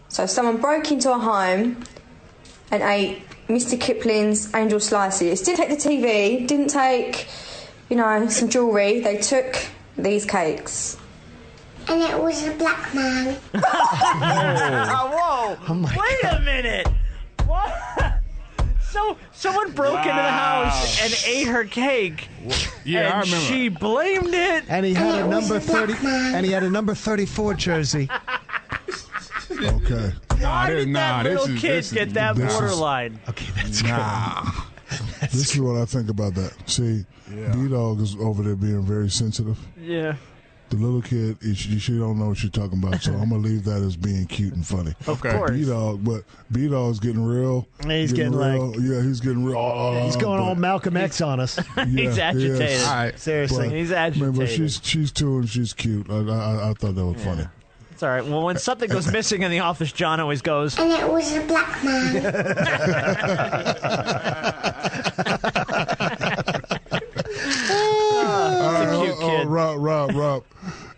Speaker 18: So someone broke into a home and ate Mr. Kipling's angel slices. Didn't take the TV, didn't take, you know, some jewellery. They took these cakes. And it was a black man.
Speaker 5: Whoa! Wait
Speaker 10: *laughs*
Speaker 5: a minute! What? So someone broke into the
Speaker 12: Wow.
Speaker 5: house and ate her cake.
Speaker 6: Yeah,
Speaker 5: and
Speaker 6: I remember.
Speaker 5: She blamed it.
Speaker 6: And he had a number thirty, and he had a number thirty-four jersey.
Speaker 10: Okay.
Speaker 5: Why
Speaker 10: this-
Speaker 5: did
Speaker 10: nah,
Speaker 5: that
Speaker 10: this
Speaker 5: little
Speaker 10: is-
Speaker 5: kid
Speaker 10: this is-
Speaker 5: get that
Speaker 10: this is-
Speaker 5: borderline?
Speaker 6: okay, that's
Speaker 10: Nah. this is what I think about that. See, B Dog is over there being very sensitive.
Speaker 5: Yeah.
Speaker 10: The little kid, is- she, she don't know what she's talking about, so I'm gonna leave that as being cute and funny.
Speaker 6: Of course.
Speaker 10: B Dog, but B Dog's getting real.
Speaker 6: He's getting
Speaker 10: real, yeah, he's getting real. Uh,
Speaker 6: He's going
Speaker 10: but-
Speaker 6: all Malcolm X on us.
Speaker 10: Yeah, yes.
Speaker 6: Seriously,
Speaker 10: But- Man, but she's she's two and she's cute. I I, I thought that was funny.
Speaker 5: It's all right. Well, when something
Speaker 10: *laughs*
Speaker 5: goes missing in the office, John always goes.
Speaker 18: And it was a black
Speaker 10: *laughs*
Speaker 5: *laughs*
Speaker 18: man.
Speaker 10: All right, oh, oh, Rob, Rob, Rob,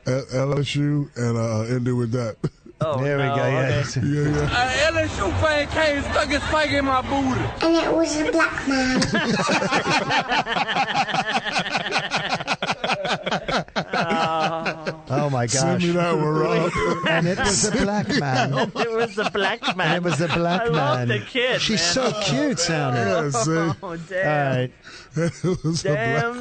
Speaker 10: at LSU, and uh, ended with that.
Speaker 5: *laughs* Oh,
Speaker 6: there
Speaker 10: we go. Yeah, yeah, yeah.
Speaker 19: An LSU fan came stuck his fake in my booty.
Speaker 18: And it was a black man.
Speaker 6: *laughs* Oh my gosh!
Speaker 10: Send me that one, *laughs* Rob.
Speaker 6: *laughs* and it was a black
Speaker 5: *laughs*
Speaker 6: man.
Speaker 5: it was the black man.
Speaker 6: And it was the black
Speaker 5: I
Speaker 6: man.
Speaker 5: love the kid.
Speaker 6: She's
Speaker 5: man.
Speaker 6: so cute sounding.
Speaker 5: Yeah, see? *laughs* Oh, damn.
Speaker 6: All right.
Speaker 5: Damn,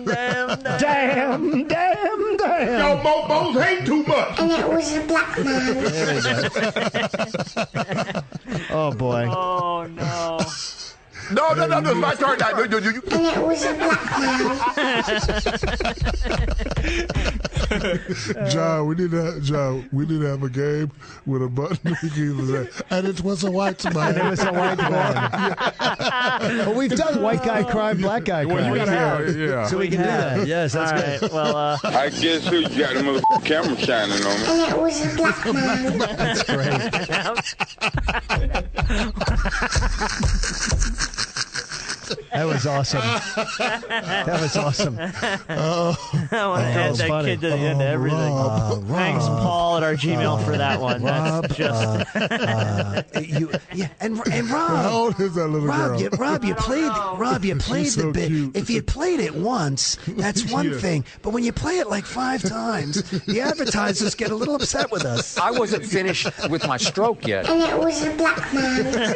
Speaker 5: damn, damn.
Speaker 6: Damn, damn, damn.
Speaker 13: Yo, mofos hate too much.
Speaker 18: And it was a black man.
Speaker 6: There we go.
Speaker 5: *laughs*
Speaker 6: oh boy.
Speaker 5: Oh no.
Speaker 13: No, no, no, no, it's my turn now. No, no, you, you.
Speaker 18: And it was a black man.
Speaker 10: John, we need to have, John, we need to have a game with a button. *laughs* We can either say, and it was a white man.
Speaker 6: And it was a
Speaker 5: *laughs*
Speaker 6: white man. well, we've done white guy crime, black guy crime.
Speaker 13: you have, yeah.
Speaker 6: So we can do that. Yes, that's
Speaker 5: All
Speaker 6: good.
Speaker 5: right, Well, uh,
Speaker 20: I guess who you got the motherfucking camera shining on me?
Speaker 18: And it was a black man.
Speaker 6: That was awesome. That
Speaker 5: *laughs*
Speaker 6: was awesome.
Speaker 5: *laughs* I want to
Speaker 6: That
Speaker 5: add
Speaker 6: was
Speaker 5: that
Speaker 6: funny. Oh, Ah.
Speaker 5: kid to the end of everything. Thanks, Paul, at our Gmail for
Speaker 6: *laughs*
Speaker 5: that one.
Speaker 6: Rob, uh,
Speaker 5: That's just
Speaker 6: *laughs* you, yeah, and and
Speaker 10: How
Speaker 6: Rob,
Speaker 10: old is that little
Speaker 6: Rob,
Speaker 10: girl?
Speaker 6: you, Rob, you played, Rob, you played
Speaker 10: She's
Speaker 6: the
Speaker 10: so
Speaker 6: bit.
Speaker 10: cute.
Speaker 6: If you played it once,
Speaker 10: *laughs*
Speaker 6: that's one
Speaker 10: Yeah.
Speaker 6: thing. But when you play it like five times, the advertisers get a little upset with us.
Speaker 21: I wasn't finished with my stroke yet.
Speaker 18: And it was a black man.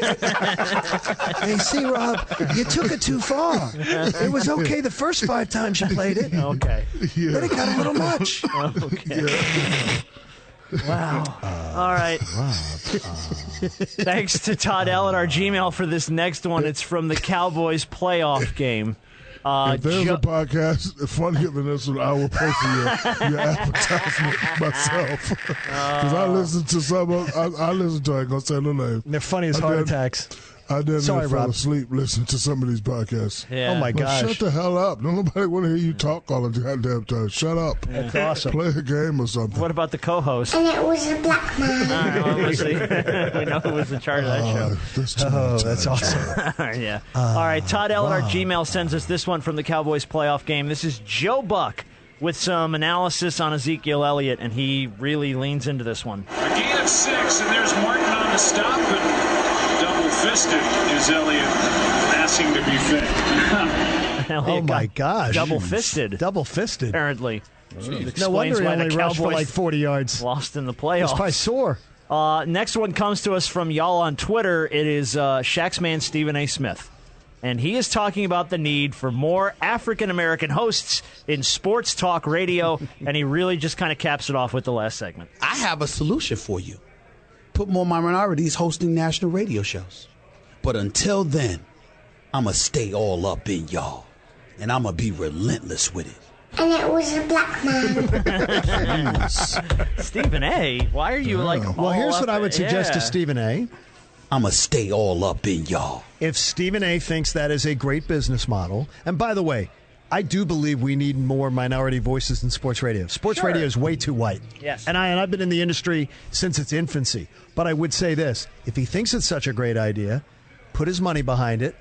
Speaker 6: Hey, see, Rob, you took it too far. It was okay the first five times you played it.
Speaker 5: okay.
Speaker 6: Then it got a little much.
Speaker 5: Okay. *laughs* Wow. All right. *laughs* Thanks to Todd L at our Gmail for this next one. It's from the Cowboys playoff game. Uh,
Speaker 10: If there's
Speaker 5: Jo-
Speaker 10: a podcast funnier than this one, I will pay for your,
Speaker 6: *laughs*
Speaker 10: your advertisement myself. *laughs* Because
Speaker 6: Oh.
Speaker 10: I listened to some of I, I listened to I ain't gonna say no name.
Speaker 6: They're funny as
Speaker 10: I
Speaker 6: heart
Speaker 10: did-
Speaker 6: attacks.
Speaker 10: I didn't
Speaker 6: Sorry,
Speaker 10: fall
Speaker 6: Rob.
Speaker 10: asleep listening to some of these podcasts.
Speaker 6: Yeah. Oh, my
Speaker 10: Like,
Speaker 6: gosh.
Speaker 10: Shut the hell up! Don't nobody want to hear you talk all the goddamn time. Shut up!
Speaker 5: That's awesome.
Speaker 10: Play a game or something.
Speaker 5: what about the co-host?
Speaker 18: And it was a black man.
Speaker 5: All right, well, obviously, *laughs* we know who was in charge of that show.
Speaker 22: Uh,
Speaker 6: Oh, that's
Speaker 5: *laughs*
Speaker 6: awesome.
Speaker 5: yeah.
Speaker 6: Uh,
Speaker 5: All right, Todd L at our Gmail sends us this one from the Cowboys playoff game. This is Joe Buck with some analysis on Ezekiel Elliott, and he really leans into this one. *laughs*
Speaker 23: A gain of six, and there's Martin on the stop, but double fisted is Elliott asking to be fed. *laughs*
Speaker 5: Elliott
Speaker 6: Oh, my
Speaker 5: got
Speaker 6: gosh.
Speaker 5: Double fisted,
Speaker 6: Double fisted.
Speaker 5: apparently. Explains
Speaker 6: No wonder he
Speaker 5: why the
Speaker 6: only rushed for
Speaker 5: Cowboys
Speaker 6: like 40 yards.
Speaker 5: Lost in the
Speaker 6: He's
Speaker 5: playoffs.
Speaker 6: probably sore.
Speaker 5: Uh, next one comes to us from y'all on Twitter. It is uh, Shaq's man Stephen A. Smith, and he is talking about the need for more African American hosts in sports talk radio, and he really just kind of caps it off with the last segment.
Speaker 22: I have a solution for you. Put more minorities hosting national radio shows. But until then, I'ma stay all up in y'all. And I'ma be relentless with it.
Speaker 24: And it was a black man.
Speaker 5: Stephen A. Why are you like?
Speaker 22: Well,
Speaker 5: all
Speaker 22: here's
Speaker 5: up
Speaker 22: what I would
Speaker 5: in-
Speaker 22: suggest to
Speaker 5: yeah.
Speaker 6: Stephen A.
Speaker 22: I'ma stay all up in y'all.
Speaker 6: If Stephen A thinks that is a great business model, and by the way, I do believe we need more minority voices in sports radio. Sports
Speaker 25: Sure.
Speaker 6: radio is way too white.
Speaker 25: Yes.
Speaker 6: And I and I've been in the industry since its infancy. But I would say this, if he thinks it's such a great idea, put his money behind it.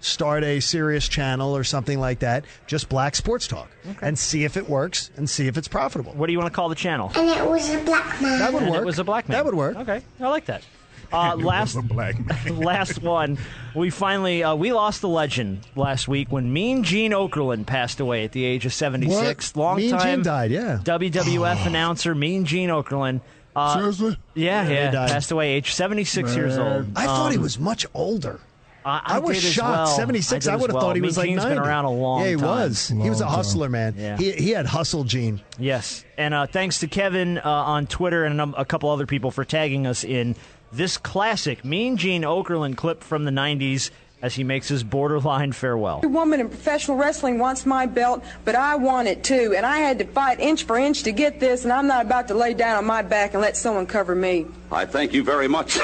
Speaker 6: Start a serious channel or something like that, just black sports talk, and see if it works and see if it's profitable.
Speaker 5: What do you want to call the channel?
Speaker 24: and it was a black man.
Speaker 6: That would
Speaker 5: And
Speaker 6: work.
Speaker 5: It was a black man.
Speaker 6: That would work.
Speaker 5: Okay, I like that. Uh,
Speaker 6: *laughs* It was
Speaker 5: last *laughs* last one. We finally uh, we lost the legend last week when Mean Gene Okerlund passed away at the age of seventy six.
Speaker 6: What?
Speaker 5: Long
Speaker 6: Mean Gene
Speaker 5: time
Speaker 6: died, yeah.
Speaker 5: WWF
Speaker 6: *sighs*
Speaker 5: announcer Mean Gene Okerlund. Uh,
Speaker 6: Seriously?
Speaker 5: Yeah,
Speaker 6: Yeah,
Speaker 5: yeah.
Speaker 6: he died.
Speaker 5: Passed away age seventy six years old.
Speaker 6: I thought he
Speaker 5: Um,
Speaker 6: was much older.
Speaker 5: I, I
Speaker 6: was
Speaker 5: did as
Speaker 6: shocked.
Speaker 5: well.
Speaker 6: Seventy six.
Speaker 5: did
Speaker 6: I,
Speaker 5: as
Speaker 6: would have
Speaker 5: well.
Speaker 6: thought he
Speaker 5: Mean
Speaker 6: was like
Speaker 5: Gene's
Speaker 6: 90.
Speaker 5: been around a long
Speaker 6: Yeah, he
Speaker 5: time.
Speaker 6: was. he was a hustler, man.
Speaker 5: Yeah.
Speaker 6: He he had hustle gene.
Speaker 5: Yes. And uh, thanks to Kevin uh, on Twitter and um, a couple other people for tagging us in this classic Mean Gene Okerlund clip from the 90s as he makes his borderline farewell.
Speaker 26: Every woman in professional wrestling wants my belt, but I want it too, and I had to fight inch for inch to get this, and I'm not about to lay down on my back and let someone cover me.
Speaker 27: I thank you very much.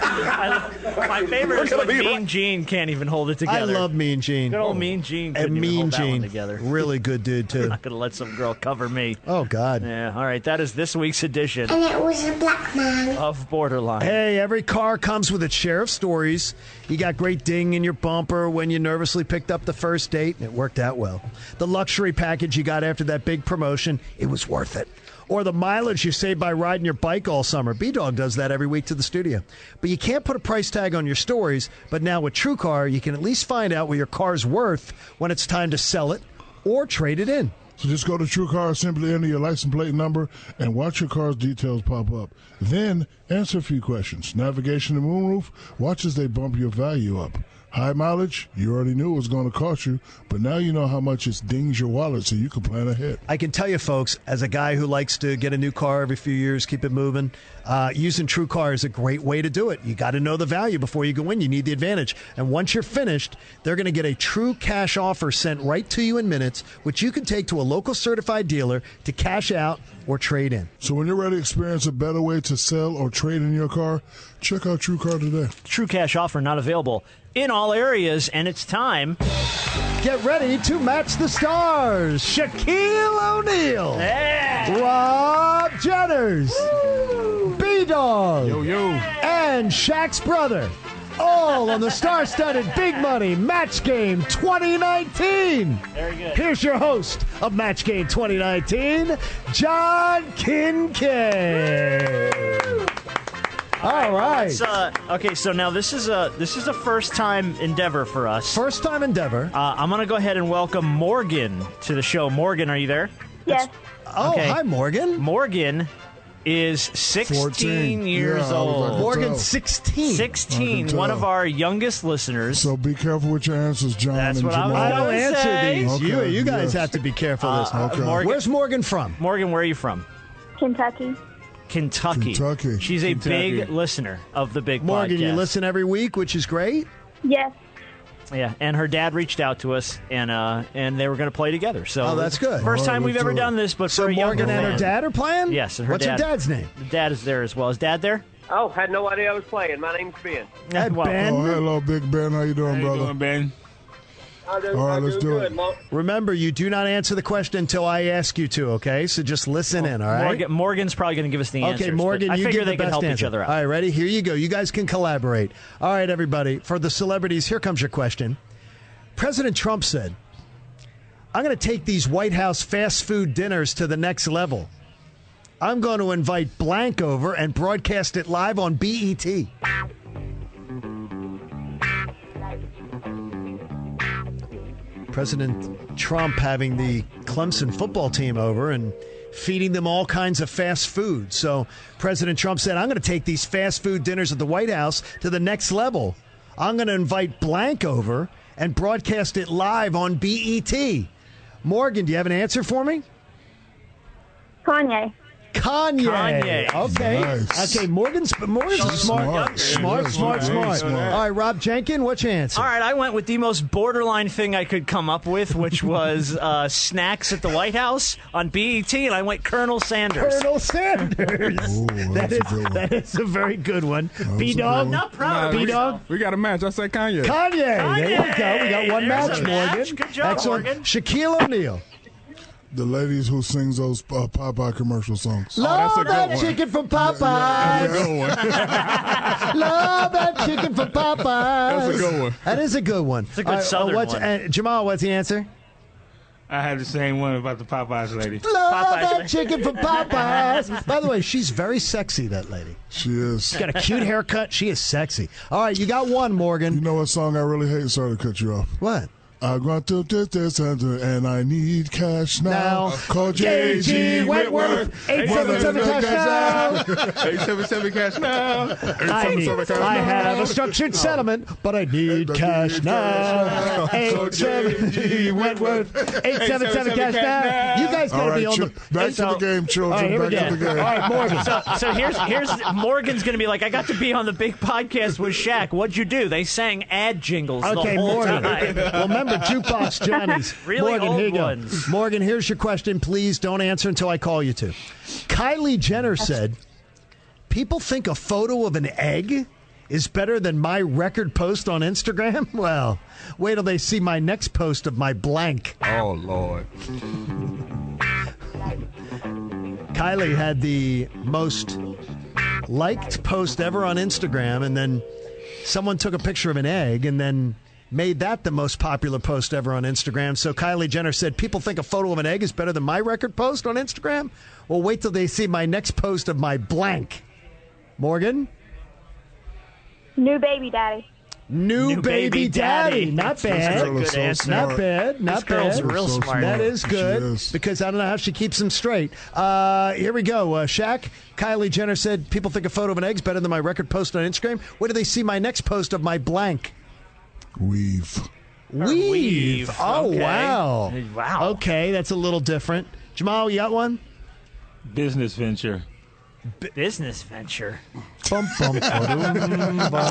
Speaker 5: My favorite is when Mean Gene can't even hold it
Speaker 6: I
Speaker 5: together.
Speaker 6: love Mean Gene.
Speaker 5: Good old Mean Gene
Speaker 6: And
Speaker 5: couldn't even
Speaker 6: Mean
Speaker 5: hold that one
Speaker 6: Gene,
Speaker 5: together.
Speaker 6: really good dude
Speaker 5: *laughs* I'm
Speaker 6: too.
Speaker 5: not going to let some girl cover me.
Speaker 6: Oh God.
Speaker 5: Yeah. All right. That is this week's edition
Speaker 24: And it was a black man.
Speaker 5: of Borderline.
Speaker 6: Hey, every car comes with its share of stories. You got great ding in your bumper when you nervously picked up the first date, and it worked out well. The luxury package you got after that big promotion, it was worth it. Or the mileage you saved by riding your bike all summer. B Dog does that every week to the studio. But you can't put a price tag on your stories, but now with TrueCar, you can at least find out what your car's worth when it's time to sell it or trade it in.
Speaker 10: So just go to True Car, simply enter your license plate number, and watch your car's details pop up. Then answer a few questions. Navigation and moonroof, watch as they bump your value up. High mileage, you already knew it was going to cost you, but now you know how much it dings your wallet so you can plan ahead.
Speaker 6: I can tell you, folks, as a guy who likes to get a new car every few years, keep it moving, uh, using True Car is a great way to do it. You got to know the value before you go in. You need the advantage. And once you're finished, they're going to get a true cash offer sent right to you in minutes, which you can take to a local certified dealer to cash out or trade in.
Speaker 10: So when you're ready to experience a better way to sell or trade in your car, check out True Car today.
Speaker 5: True cash offer not available in all areas, and it's time.
Speaker 6: Get ready to match the stars. Shaquille O'Neal. Rob Jenners. B Dog. Yo, yo. And Shaq's brother. All on the star studded Big Money Match Game 2019.
Speaker 5: Very good.
Speaker 6: Here's your host of Match Game 2019, John Kincaid. All right.
Speaker 5: Let's, uh, okay, so now this is a this is a first time endeavor for us.
Speaker 6: First time endeavor.
Speaker 5: Uh, I'm gonna go ahead and welcome Morgan to the show. Morgan, are you there?
Speaker 6: Yes. Oh, hi, Morgan.
Speaker 5: Morgan is 16
Speaker 6: 14.
Speaker 5: years
Speaker 6: Yeah, I was like,
Speaker 5: old.
Speaker 6: I Morgan, tell. 16. I
Speaker 5: 16.
Speaker 6: can
Speaker 5: One
Speaker 6: tell.
Speaker 5: of our youngest listeners.
Speaker 10: So be careful with your answers, John
Speaker 5: That's
Speaker 10: and
Speaker 5: what I was
Speaker 10: Jamal.
Speaker 5: gonna
Speaker 6: I'll answer
Speaker 5: say.
Speaker 6: these.
Speaker 10: Okay,
Speaker 6: you you
Speaker 10: yes.
Speaker 6: guys have to be careful of this.
Speaker 5: Uh, Okay. Morgan-
Speaker 6: Where's Morgan from?
Speaker 5: Morgan, where are you from?
Speaker 24: Kentucky.
Speaker 5: Kentucky.
Speaker 10: Kentucky.
Speaker 5: She's a
Speaker 6: Kentucky.
Speaker 5: big listener of the Big
Speaker 6: Morgan, you
Speaker 5: Podcast.
Speaker 6: listen every week, which is great.
Speaker 24: Yes.
Speaker 5: Yeah, and her dad reached out to us, and uh, and they were going to play together. So
Speaker 6: Oh, that's good.
Speaker 5: First
Speaker 6: All right,
Speaker 5: time we've
Speaker 6: let's
Speaker 5: ever
Speaker 6: do it.
Speaker 5: done this, but
Speaker 6: So
Speaker 5: for a
Speaker 6: Morgan
Speaker 5: younger
Speaker 6: and her
Speaker 5: fan.
Speaker 6: dad are playing?
Speaker 5: Yes, and her
Speaker 6: What's her
Speaker 5: dad, *laughs*
Speaker 6: dad's name?
Speaker 5: The dad is there as well. Is dad there?
Speaker 28: Oh, had no idea I was playing. My name's Ben.
Speaker 5: Wow.
Speaker 10: Oh, hello, Big Ben. How you doing, brother?
Speaker 28: Ben? I do,
Speaker 10: All right,
Speaker 28: I
Speaker 10: let's
Speaker 28: do
Speaker 10: do
Speaker 28: good.
Speaker 10: it.
Speaker 28: Mo-
Speaker 6: Remember, you do not answer the question until I ask you to. Okay, so just listen in. All right.
Speaker 5: Morgan, Morgan's probably going to give us the
Speaker 6: okay,
Speaker 5: answers. but
Speaker 6: Morgan,
Speaker 5: I
Speaker 6: you
Speaker 5: figure
Speaker 6: give
Speaker 5: they
Speaker 6: the
Speaker 5: can
Speaker 6: best
Speaker 5: help each
Speaker 6: answer.
Speaker 5: other out.
Speaker 6: All right, ready? Here you go. You guys can collaborate. All right, everybody. For the celebrities, here comes your question. President Trump said, "I'm going to take these White House fast food dinners to the next level. I'm going to invite blank over and broadcast it live on E BET." President Trump having the Clemson football team over and feeding them all kinds of fast food. So President Trump said, I'm going to take these fast food dinners at the White House to the next level. I'm going to invite Blank over and broadcast it live on BET. Morgan, do you have an answer for me?
Speaker 24: Kanye.
Speaker 6: Kanye.
Speaker 24: Kanye.
Speaker 6: Okay.
Speaker 24: Nice.
Speaker 6: Okay. Morgan's Morgan's
Speaker 5: She's smart.
Speaker 6: smart. Smart. Smart.
Speaker 5: She's
Speaker 6: Smart.
Speaker 5: very
Speaker 6: Smart.
Speaker 5: smart.
Speaker 6: All right, Rob Jenkin, what's your answer?
Speaker 5: All right, I went with the most borderline thing I could come up with, which was uh, snacks at the White House on BET, and I went Colonel Sanders.
Speaker 6: Colonel Sanders.
Speaker 5: that's
Speaker 6: that
Speaker 5: a
Speaker 6: is *laughs*
Speaker 5: good one.
Speaker 6: that is a very good one. B
Speaker 4: Nah,
Speaker 6: dog, B
Speaker 4: we-
Speaker 6: dog.
Speaker 4: We got a match. I say Kanye.
Speaker 6: Kanye. There you go. We got one
Speaker 4: There's
Speaker 6: match,
Speaker 4: a
Speaker 6: Morgan.
Speaker 4: match.
Speaker 10: Good job,
Speaker 6: Excellent.
Speaker 10: Morgan.
Speaker 6: Shaquille O'Neal.
Speaker 10: The ladies who sings those uh, Popeye commercial songs.
Speaker 17: Oh,
Speaker 4: Oh,
Speaker 6: Love that chicken from Popeyes. *laughs* Love that chicken from Popeyes.
Speaker 10: That's a good one.
Speaker 6: That is a good one.
Speaker 17: It's a good
Speaker 6: All
Speaker 17: Southern
Speaker 6: what's,
Speaker 17: one.
Speaker 6: uh, Jamal, what's the answer?
Speaker 17: I have the same one about the Popeyes lady.
Speaker 6: Love that chicken from *laughs* Popeyes. By the way, she's very sexy, that lady.
Speaker 10: She is.
Speaker 6: She's got a cute haircut. She is sexy. All right, you got one, Morgan.
Speaker 10: You know what song I really hate? Sorry to cut you off.
Speaker 6: What?
Speaker 10: I got to this, this, and, th- and I need cash now.
Speaker 6: Now.
Speaker 10: Call J.G. Wentworth.
Speaker 6: 877 cash now.
Speaker 4: 877 cash now.
Speaker 6: I, need,
Speaker 4: 877 cash
Speaker 6: I
Speaker 4: now.
Speaker 6: have a structured settlement, but I need cash now. Eight seven Wentworth. Eight seven seven cash now. You guys
Speaker 10: All
Speaker 6: gotta be
Speaker 10: right,
Speaker 6: on the
Speaker 10: chi- back to the game, children.
Speaker 6: All right, here we
Speaker 10: back to
Speaker 6: go.
Speaker 10: the game.
Speaker 6: All right, Morgan.
Speaker 5: So, so here's here's Morgan's gonna be like, I got to be on the big podcast with Shaq. What'd you do? They sang ad jingles
Speaker 6: Okay,
Speaker 5: the whole
Speaker 6: Morgan.
Speaker 5: time.
Speaker 6: *laughs* well, remember jukebox Johnny's.
Speaker 5: *laughs* really
Speaker 6: Morgan,
Speaker 5: old
Speaker 6: here you go.
Speaker 5: ones.
Speaker 6: Morgan, here's your question. Please don't answer until I call you to. Kylie Jenner said, "People think a photo of an egg." Is better than my record post on Instagram? *laughs* Well, wait till they see my next post of my blank.
Speaker 4: Oh Lord.
Speaker 6: Kylie had the most liked post ever on Instagram, and then someone took a picture of an egg and then made that the most popular post ever on Instagram. So Kylie Jenner said, People think a photo of an egg is better than my record post on Instagram? Well, wait till they see my next post of my blank. Morgan?
Speaker 24: New baby daddy.
Speaker 6: New,
Speaker 24: New
Speaker 6: baby,
Speaker 24: baby
Speaker 6: daddy.
Speaker 24: daddy.
Speaker 6: Not bad.
Speaker 24: That's a good answer.
Speaker 6: Not bad. Not
Speaker 5: This girl's
Speaker 6: bad.
Speaker 5: real So smart. smart.
Speaker 6: That is
Speaker 5: She
Speaker 6: good because I don't know how she keeps them straight. Uh, here we go. Uh, Shaq, Kylie Jenner said, "People think a photo of an egg's better than my record post on Instagram. Where do they see my next post of my blank?"
Speaker 10: Weave.
Speaker 6: Weave.
Speaker 10: weave.
Speaker 6: Oh
Speaker 10: Okay.
Speaker 6: wow. Wow. Okay, that's a little different. Jamal, you got one?
Speaker 17: Business venture.
Speaker 5: Business venture.
Speaker 6: Bum, bum, *laughs* ba-dum, bum. Oh,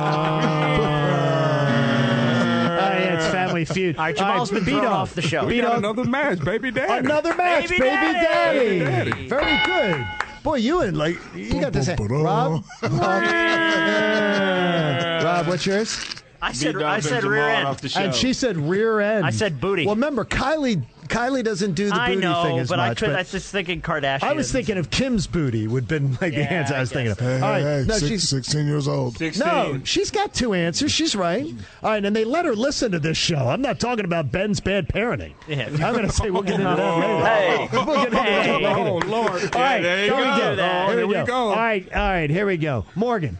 Speaker 6: yeah, it's Family Feud.
Speaker 5: All right, Jamal's
Speaker 6: All right,
Speaker 5: been thrown
Speaker 6: B-Dog.
Speaker 5: off the show.
Speaker 4: We got
Speaker 6: B-Dog.
Speaker 4: another match, baby daddy.
Speaker 6: Another match, baby,
Speaker 5: Baby
Speaker 6: daddy.
Speaker 5: daddy.
Speaker 4: Baby daddy.
Speaker 6: Very good. Boy, you and like you got this. Rob, Rob, what's yours?
Speaker 5: I said- B-Dog I and said Jamal rear end. off the show.
Speaker 6: and she said rear end.
Speaker 5: I said booty.
Speaker 6: Well, remember Kylie. Kylie doesn't do the
Speaker 5: I
Speaker 6: booty
Speaker 5: know,
Speaker 6: thing as
Speaker 5: but I
Speaker 6: much.
Speaker 5: could. I was just thinking Kardashian.
Speaker 6: I was thinking of Kim's booty would have been like the
Speaker 5: Yeah,
Speaker 6: answer I
Speaker 5: I
Speaker 6: was thinking of.
Speaker 10: Hey,
Speaker 6: All right,
Speaker 10: hey, hey,
Speaker 6: no,
Speaker 10: six-
Speaker 6: she's
Speaker 10: 16 years old.
Speaker 6: No, she's got two answers. She's right. All right, and they let her listen to this show. I'm not talking about Ben's bad parenting.
Speaker 5: Yeah.
Speaker 6: I'm going to say we'll get
Speaker 5: *laughs*
Speaker 6: into that later.
Speaker 5: Hey.
Speaker 6: We'll get into that
Speaker 5: Hey.
Speaker 6: later.
Speaker 5: Oh, Lord.
Speaker 6: All right,
Speaker 5: Yeah, *laughs* there you
Speaker 6: here we
Speaker 5: go.
Speaker 6: go.
Speaker 5: Oh,
Speaker 6: Here
Speaker 5: there we
Speaker 6: we go.
Speaker 5: go.
Speaker 6: All right, all right, here we go. Morgan,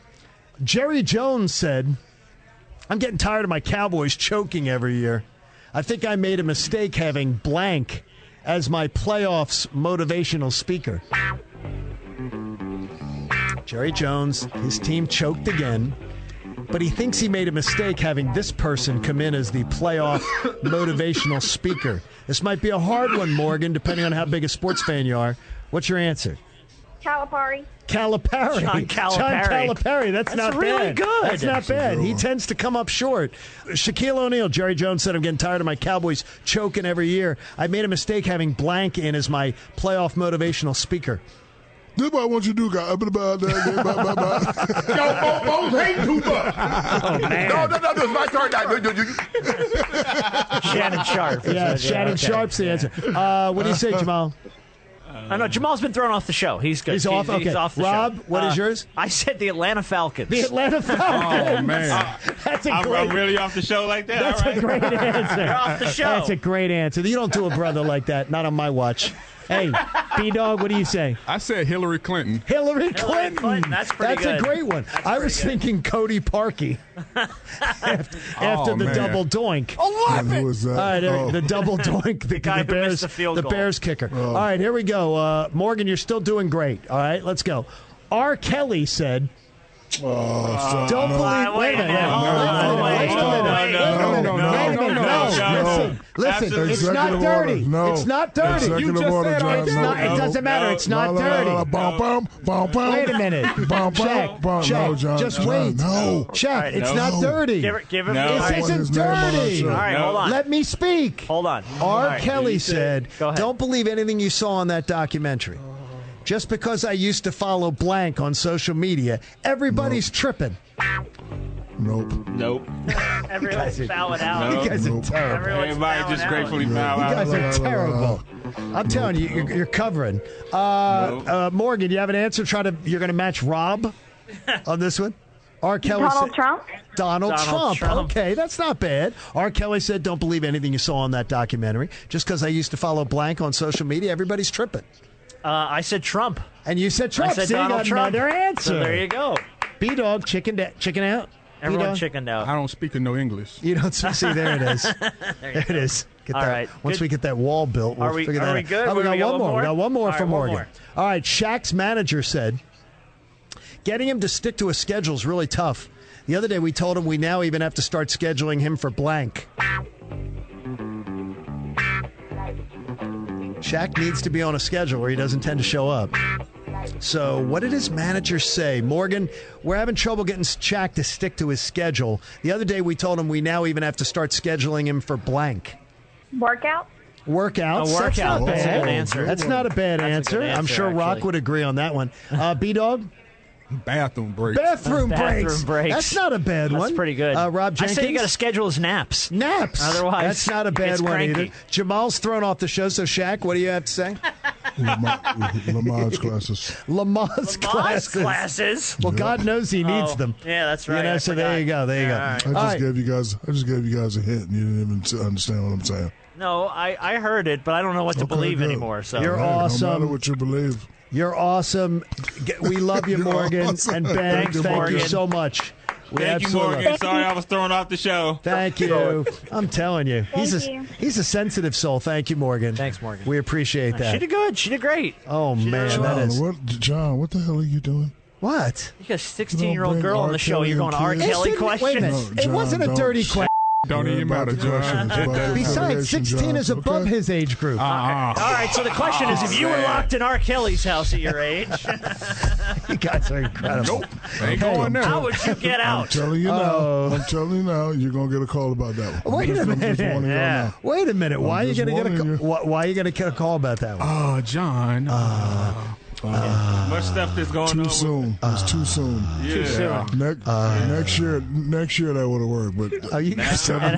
Speaker 6: Jerry Jones said, I'm getting tired of my Cowboys choking every year. I think I made a mistake having blank as my playoffs motivational speaker. Jerry Jones, his team choked again, but he thinks he made a mistake having this person come in as the playoff motivational speaker. This might be a hard one, Morgan, depending on how big a sports fan you are. What's your answer?
Speaker 24: Calipari.
Speaker 6: Calipari.
Speaker 5: John Calipari.
Speaker 6: John Calipari.
Speaker 5: That's
Speaker 6: That's, not
Speaker 5: really
Speaker 6: bad.
Speaker 5: good.
Speaker 6: That's not
Speaker 5: That's a
Speaker 6: bad.
Speaker 5: good
Speaker 6: He
Speaker 5: one.
Speaker 6: tends to come up short. Shaquille O'Neal. Jerry Jones said, I'm getting tired of my Cowboys choking every year. I made a mistake having blank in as my playoff motivational speaker.
Speaker 10: This is what I want you to do, guy. Blah, blah,
Speaker 17: Oh,
Speaker 10: blah, blah, blah, blah, blah.
Speaker 13: Yo, Bo- Bo's hate too much.
Speaker 5: Oh,
Speaker 6: Oh,
Speaker 13: No, no, no, no, it's my turn now. No, no, you-
Speaker 5: Shannon Sharp.
Speaker 6: Yeah, Shannon
Speaker 5: okay.
Speaker 6: Sharp's the answer. Uh, what do you say, Jamal?
Speaker 5: I know Jamal's been thrown off the show. He's good.
Speaker 6: He's off?
Speaker 5: He's,
Speaker 6: Okay.
Speaker 5: off the
Speaker 6: Rob,
Speaker 5: show. Uh,
Speaker 6: what is yours?
Speaker 5: I said the Atlanta Falcons.
Speaker 6: The Atlanta Falcons.
Speaker 10: *laughs*
Speaker 6: That's a
Speaker 17: I'm,
Speaker 6: great.
Speaker 17: I'm really off the show like that.
Speaker 6: That's
Speaker 17: all right?
Speaker 6: a great answer.
Speaker 17: You're off the show.
Speaker 6: That's a great answer. You don't do a brother like that. Not on my watch. Hey, B Dog, what do you say?
Speaker 10: I said Hillary Clinton.
Speaker 6: Hillary Clinton.
Speaker 5: Clinton, that's pretty
Speaker 6: a
Speaker 5: good.
Speaker 6: great one.
Speaker 5: That's
Speaker 6: I
Speaker 5: pretty
Speaker 6: was
Speaker 5: good.
Speaker 6: thinking Cody Parkey *laughs* after, after
Speaker 10: Oh,
Speaker 6: the
Speaker 10: man.
Speaker 6: double doink.
Speaker 4: Yeah, who was that?
Speaker 6: All right,
Speaker 4: Oh.
Speaker 6: the
Speaker 4: *laughs*
Speaker 6: double doink, the,
Speaker 5: guy
Speaker 6: the
Speaker 5: who missed
Speaker 6: Bears,
Speaker 5: the field goal.
Speaker 6: Bears kicker. All right, here we go. Uh, Morgan, you're still doing great. All right, let's go. R. Kelly said,
Speaker 4: Oh,
Speaker 6: "Don't
Speaker 4: no.
Speaker 6: believe." Wait a minute. Wait a minute. Wait a minute. Wait a minute. No, listen, listen. It's not
Speaker 4: Executive order.
Speaker 6: dirty.
Speaker 4: No.
Speaker 6: It's not dirty.
Speaker 4: Executive order, John.
Speaker 6: It's
Speaker 4: No.
Speaker 6: not. It doesn't matter. It's not
Speaker 4: La, la, la, la, la.
Speaker 6: dirty.
Speaker 4: Bum, bum, bum, bum.
Speaker 6: Wait a minute.
Speaker 4: *laughs* Bum, bum,
Speaker 6: Check.
Speaker 4: bum.
Speaker 6: Check.
Speaker 4: No, John,
Speaker 6: Just
Speaker 4: John,
Speaker 6: wait.
Speaker 4: No.
Speaker 6: Check.
Speaker 4: All right,
Speaker 6: it's
Speaker 4: no.
Speaker 6: not dirty.
Speaker 5: Give it- give it-
Speaker 4: No.
Speaker 6: This
Speaker 4: What is
Speaker 6: isn't
Speaker 4: name on that
Speaker 6: dirty.
Speaker 4: show? All right,
Speaker 5: hold on.
Speaker 6: Let me speak.
Speaker 5: Hold on.
Speaker 6: R.
Speaker 5: All right.
Speaker 6: Kelly
Speaker 5: You
Speaker 6: said, "Don't believe anything you saw on that documentary." Just because I used to follow blank on social media, everybody's tripping.
Speaker 4: Nope.
Speaker 1: Nope.
Speaker 5: Everyone's bowing out.
Speaker 6: You guys are
Speaker 1: Nope.
Speaker 6: terrible.
Speaker 1: Everybody just gratefully bow
Speaker 6: You
Speaker 1: out.
Speaker 6: guys are terrible. I'm telling you, you're, you're covering. Uh, uh, Morgan, you have an answer? Try to. You're going to match
Speaker 5: *laughs*
Speaker 6: Rob on this one. R. Kelly.
Speaker 29: Donald
Speaker 6: said-
Speaker 29: Trump?
Speaker 6: Donald,
Speaker 5: Donald
Speaker 6: Trump.
Speaker 5: Trump.
Speaker 6: Okay, that's not bad. R. Kelly said, "Don't believe anything you saw on that documentary. Just because I used to follow blank on social media, everybody's tripping."
Speaker 5: Uh, I said Trump.
Speaker 6: And you said Trump.
Speaker 5: I said
Speaker 6: so you
Speaker 5: Donald
Speaker 6: got
Speaker 5: Trump.
Speaker 6: another answer.
Speaker 5: So there you go.
Speaker 6: B dog chicken da- chicken out.
Speaker 5: Everyone
Speaker 6: B-Dog?
Speaker 5: chickened out.
Speaker 10: I don't speak no English.
Speaker 6: You don't see. see, There
Speaker 5: *laughs*
Speaker 6: it is. there it is. Get
Speaker 5: All
Speaker 6: that.
Speaker 5: right.
Speaker 6: Once
Speaker 5: Good.
Speaker 6: we get that wall built, we'll
Speaker 5: Are we-
Speaker 6: figure
Speaker 5: are
Speaker 6: that
Speaker 5: we
Speaker 6: out.
Speaker 5: good?
Speaker 6: Oh, we
Speaker 5: What do
Speaker 6: got
Speaker 5: we got?
Speaker 6: one
Speaker 5: One
Speaker 6: more. We
Speaker 5: more?
Speaker 6: got one more
Speaker 5: All right,
Speaker 6: for
Speaker 5: one
Speaker 6: Morgan.
Speaker 5: more.
Speaker 6: All right. Shaq's manager said, getting him to stick to a schedule is really tough. The other day we told him we now even have to start scheduling him for blank. Shaq needs to be on a schedule where he doesn't tend to show up. So, what did his manager say? Morgan, we're having trouble getting Shaq to stick to his schedule. The other day we told him we now even have to start scheduling him for blank.
Speaker 29: Workout?
Speaker 6: Workouts.
Speaker 5: A
Speaker 6: That's
Speaker 5: workout.
Speaker 6: not
Speaker 5: That's a
Speaker 6: bad.
Speaker 5: good answer.
Speaker 6: That's not a bad
Speaker 5: That's a
Speaker 6: answer.
Speaker 5: good
Speaker 6: I'm
Speaker 5: answer,
Speaker 6: sure Rock
Speaker 5: actually.
Speaker 6: would agree on that one. Uh, B Dog,
Speaker 10: Bathroom break.
Speaker 6: bathroom,
Speaker 5: Bathroom
Speaker 6: breaks.
Speaker 5: breaks.
Speaker 6: That's not a bad
Speaker 5: That's
Speaker 6: one.
Speaker 5: pretty good.
Speaker 6: Uh, Rob Jenkins.
Speaker 5: I say you got to schedule his naps.
Speaker 6: Naps.
Speaker 5: Otherwise,
Speaker 6: that's not a
Speaker 5: he
Speaker 6: bad
Speaker 5: gets
Speaker 6: one
Speaker 5: cranky.
Speaker 6: either. Jamal's thrown off the show, so Shaq, what do you have to
Speaker 5: *laughs*
Speaker 6: say?
Speaker 4: Lamar- Lamar's classes.
Speaker 6: Lamar's
Speaker 5: Class
Speaker 6: classes.
Speaker 5: classes.
Speaker 6: Well, God knows he needs
Speaker 5: Oh,
Speaker 6: them.
Speaker 5: yeah, that's right.
Speaker 6: You know,
Speaker 5: I
Speaker 6: so
Speaker 5: forgot.
Speaker 6: there you go. There you go.
Speaker 5: Yeah, all right.
Speaker 4: I just gave you guys. I just gave you guys a hit, and you didn't even t- understand what I'm saying.
Speaker 5: No, I, I heard it, but I don't know what to believe
Speaker 4: good.
Speaker 5: anymore. So
Speaker 6: You're
Speaker 4: Hey,
Speaker 6: awesome.
Speaker 4: No matter what you believe.
Speaker 6: You're awesome. G- We love you,
Speaker 4: *laughs* You're
Speaker 6: Morgan.
Speaker 4: awesome.
Speaker 6: And Ben,
Speaker 4: Thank
Speaker 6: thank
Speaker 4: you,
Speaker 6: you
Speaker 5: Morgan.
Speaker 6: so much. We
Speaker 1: Thank you,
Speaker 6: absolutely love
Speaker 1: Morgan. Sorry I was thrown off the show.
Speaker 6: Thank you. I'm telling you, he's a
Speaker 29: Thank you.
Speaker 6: he's a sensitive soul. Thank you, Morgan.
Speaker 5: Thanks, Morgan.
Speaker 6: We appreciate
Speaker 5: she did
Speaker 6: that.
Speaker 5: good. She did great.
Speaker 6: Oh man, that
Speaker 4: John,
Speaker 6: is
Speaker 4: what? John, what the hell are you doing?
Speaker 6: what?
Speaker 5: You got a 16 year old girl on
Speaker 4: R.
Speaker 5: the show.
Speaker 4: Kelly
Speaker 5: You're going
Speaker 4: and
Speaker 5: to R.
Speaker 4: kids.
Speaker 5: Kelly
Speaker 6: It didn't- Wait a
Speaker 5: questions.
Speaker 6: minute.
Speaker 4: No,
Speaker 6: it wasn't a
Speaker 4: John,
Speaker 6: dirty
Speaker 4: don't.
Speaker 6: question.
Speaker 10: Don't
Speaker 4: We're
Speaker 10: even
Speaker 4: about
Speaker 10: matter,
Speaker 4: to question. It's about
Speaker 10: John.
Speaker 4: to
Speaker 6: Besides,
Speaker 4: Affiliation,
Speaker 6: 16
Speaker 4: John.
Speaker 6: is above
Speaker 4: Okay.
Speaker 6: his age group.
Speaker 10: Ah,
Speaker 5: All right, so the
Speaker 6: Oh,
Speaker 5: question is if you were locked in R. Kelly's house at your
Speaker 6: *laughs*
Speaker 5: age,
Speaker 6: you guys are incredible.
Speaker 10: nope. Ain't going there.
Speaker 5: how would
Speaker 6: *laughs*
Speaker 5: you get
Speaker 4: I'm
Speaker 5: out?
Speaker 4: telling you now.
Speaker 6: Oh.
Speaker 4: I'm telling you now. You're gonna get a call about that one.
Speaker 6: Wait
Speaker 4: I'm
Speaker 6: a
Speaker 4: just- I'm just
Speaker 6: minute.
Speaker 4: warning y'all
Speaker 5: Yeah.
Speaker 4: now.
Speaker 6: Wait a minute. Why are you
Speaker 4: just
Speaker 6: going to get a
Speaker 4: warning
Speaker 6: ca- why, why are you going to get a call about
Speaker 4: *laughs*
Speaker 6: that one?
Speaker 10: Oh, John.
Speaker 1: Much stuff that's going on.
Speaker 4: Uh, Too
Speaker 1: with-
Speaker 4: soon. It's too soon.
Speaker 1: Yeah.
Speaker 4: Next, next year, next year that would have worked. But
Speaker 6: Are you
Speaker 4: seven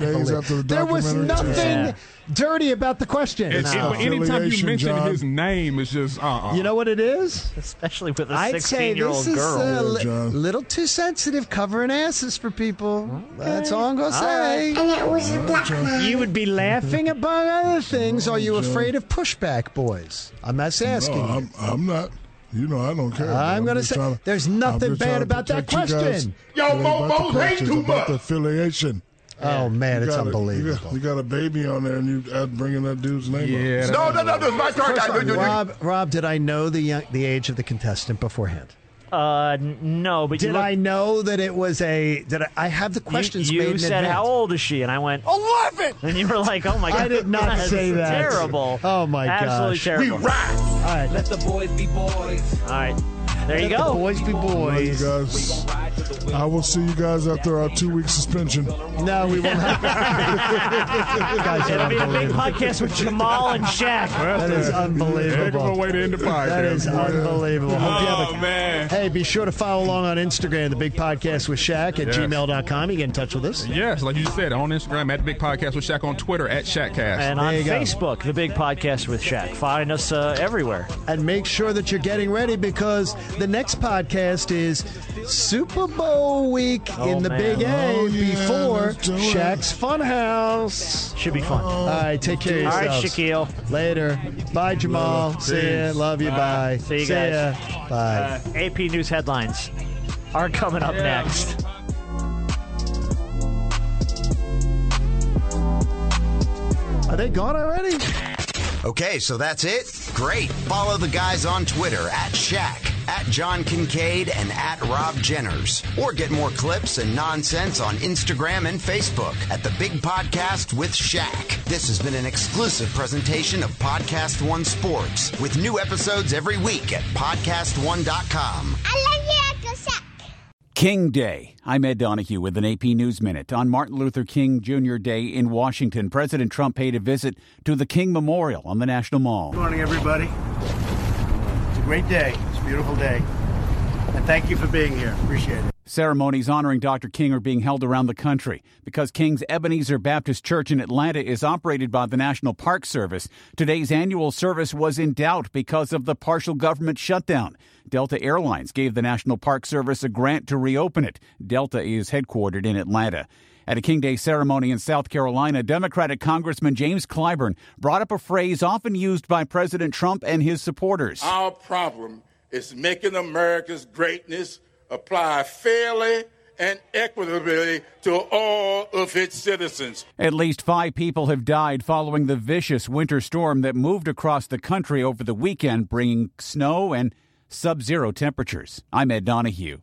Speaker 5: *laughs*
Speaker 4: days after the
Speaker 6: There was
Speaker 4: documentary,
Speaker 6: nothing
Speaker 4: it's-
Speaker 6: dirty about the question.
Speaker 10: It- it- but anytime you
Speaker 4: Affiliation,
Speaker 10: mention
Speaker 4: John.
Speaker 10: his name, it's just uh uh
Speaker 6: You know what it is?
Speaker 5: Especially with a
Speaker 6: I'd say
Speaker 5: 16 year old
Speaker 6: this is
Speaker 5: girl.
Speaker 6: uh, a
Speaker 4: Yeah,
Speaker 6: li-
Speaker 4: John.
Speaker 6: little too sensitive covering asses for people. That's all I'm going to
Speaker 5: All
Speaker 6: say.
Speaker 29: And it
Speaker 4: Uh,
Speaker 29: was a black man.
Speaker 6: You would be laughing about other things. Are you afraid of pushback, boys? I'm just asking.
Speaker 4: No,
Speaker 6: you.
Speaker 4: I'm, I'm not. You know, I don't care.
Speaker 6: I'm gonna
Speaker 4: just
Speaker 6: say-
Speaker 4: trying to-
Speaker 6: there's nothing
Speaker 4: I'm just
Speaker 6: bad
Speaker 4: trying to
Speaker 6: about that
Speaker 4: protect you guys.
Speaker 6: question.
Speaker 30: Yo,
Speaker 4: It ain't about the
Speaker 30: mofos hate
Speaker 4: question, it's
Speaker 30: too
Speaker 4: about
Speaker 30: much.
Speaker 4: the affiliation.
Speaker 6: oh man,
Speaker 4: You
Speaker 6: it's
Speaker 4: got a-
Speaker 6: unbelievable.
Speaker 4: You got, you got a baby on there, and you uh, bringing that dude's name
Speaker 10: Yeah.
Speaker 4: up.
Speaker 30: No, no, no, no, it's my turn. I- you- you-
Speaker 6: Rob, Rob, did I know the young, the age of the contestant beforehand?
Speaker 5: Uh, n- no, but you,
Speaker 6: Did
Speaker 5: look-
Speaker 6: I know that it was a? Did I, I have the questions
Speaker 5: you,
Speaker 6: made
Speaker 5: you
Speaker 6: in
Speaker 5: said,
Speaker 6: advance.
Speaker 5: How old is she? And I went,
Speaker 30: 11!
Speaker 5: And you were like, Oh my God.
Speaker 6: I did not
Speaker 5: that's
Speaker 6: say that.
Speaker 5: Terrible.
Speaker 6: Oh, my
Speaker 5: Absolutely
Speaker 6: gosh.
Speaker 30: We
Speaker 5: terrible.
Speaker 30: rock.
Speaker 6: All right, let,
Speaker 31: the boys be boys.
Speaker 5: All right. There you
Speaker 6: let the
Speaker 5: go.
Speaker 6: boys be
Speaker 4: Love you
Speaker 6: boys.
Speaker 4: guys. I will see you guys after our two week suspension.
Speaker 6: No, we
Speaker 5: *laughs*
Speaker 6: won't. Have you guys are
Speaker 5: It'll be a big
Speaker 6: unbelievable.
Speaker 5: podcast with Jamal and Shaq.
Speaker 6: That is
Speaker 10: Terrible
Speaker 6: unbelievable.
Speaker 10: way to end the podcast.
Speaker 6: That is unbelievable. Hope you have a-
Speaker 1: Oh, man.
Speaker 6: Hey, be sure to follow along on Instagram, The Big Podcast with Shaq at
Speaker 10: Yes.
Speaker 6: gmail.com. You get in touch with us.
Speaker 10: Yes, like you said, on Instagram at the Big Podcast with Shaq, on Twitter at Shaqcast.
Speaker 5: And
Speaker 6: There
Speaker 5: on
Speaker 6: you go.
Speaker 5: Facebook, The Big Podcast with Shaq. Find us uh, everywhere.
Speaker 6: And make sure that you're getting ready because The next podcast is Super Bowl week in the
Speaker 25: man.
Speaker 6: Big A
Speaker 25: Oh, yeah,
Speaker 6: before
Speaker 25: let's do it.
Speaker 6: Shaq's Funhouse. Should be fun. All right, take care of
Speaker 5: All right,
Speaker 6: yourselves. Shaquille. Later. Bye, Jamal. See ya. Love you. Bye.
Speaker 5: See you guys.
Speaker 6: ya. Bye.
Speaker 5: Uh, AP News headlines are coming up next.
Speaker 6: Are they gone already?
Speaker 2: Okay, so that's it? Great. Follow the guys on Twitter at Shaq, at John Kincaid, and at Rob Jenners. Or get more clips and nonsense on Instagram and Facebook at The Big Podcast with Shaq. This has been an exclusive presentation of Podcast One Sports, with new episodes every week at PodcastOne.com.
Speaker 1: King Day. I'm Ed Donahue with an AP News Minute. On Martin Luther King Jr. Day in Washington, President Trump paid a visit to the King Memorial on the National Mall.
Speaker 32: Good morning, everybody. It's a great day. It's a beautiful day. And thank you for being here. Appreciate it.
Speaker 1: Ceremonies honoring Dr. King are being held around the country. Because King's Ebenezer Baptist Church in Atlanta is operated by the National Park Service, today's annual service was in doubt because of the partial government shutdown. Delta Airlines gave the National Park Service a grant to reopen it. Delta is headquartered in Atlanta. At a King Day ceremony in South Carolina, Democratic Congressman James Clyburn brought up a phrase often used by President Trump and his supporters.
Speaker 8: Our problem is making America's greatness apply fairly and equitably to all of its citizens.
Speaker 1: At least five people have died following the vicious winter storm that moved across the country over the weekend, bringing snow and sub zero temperatures. I'm Ed Donahue.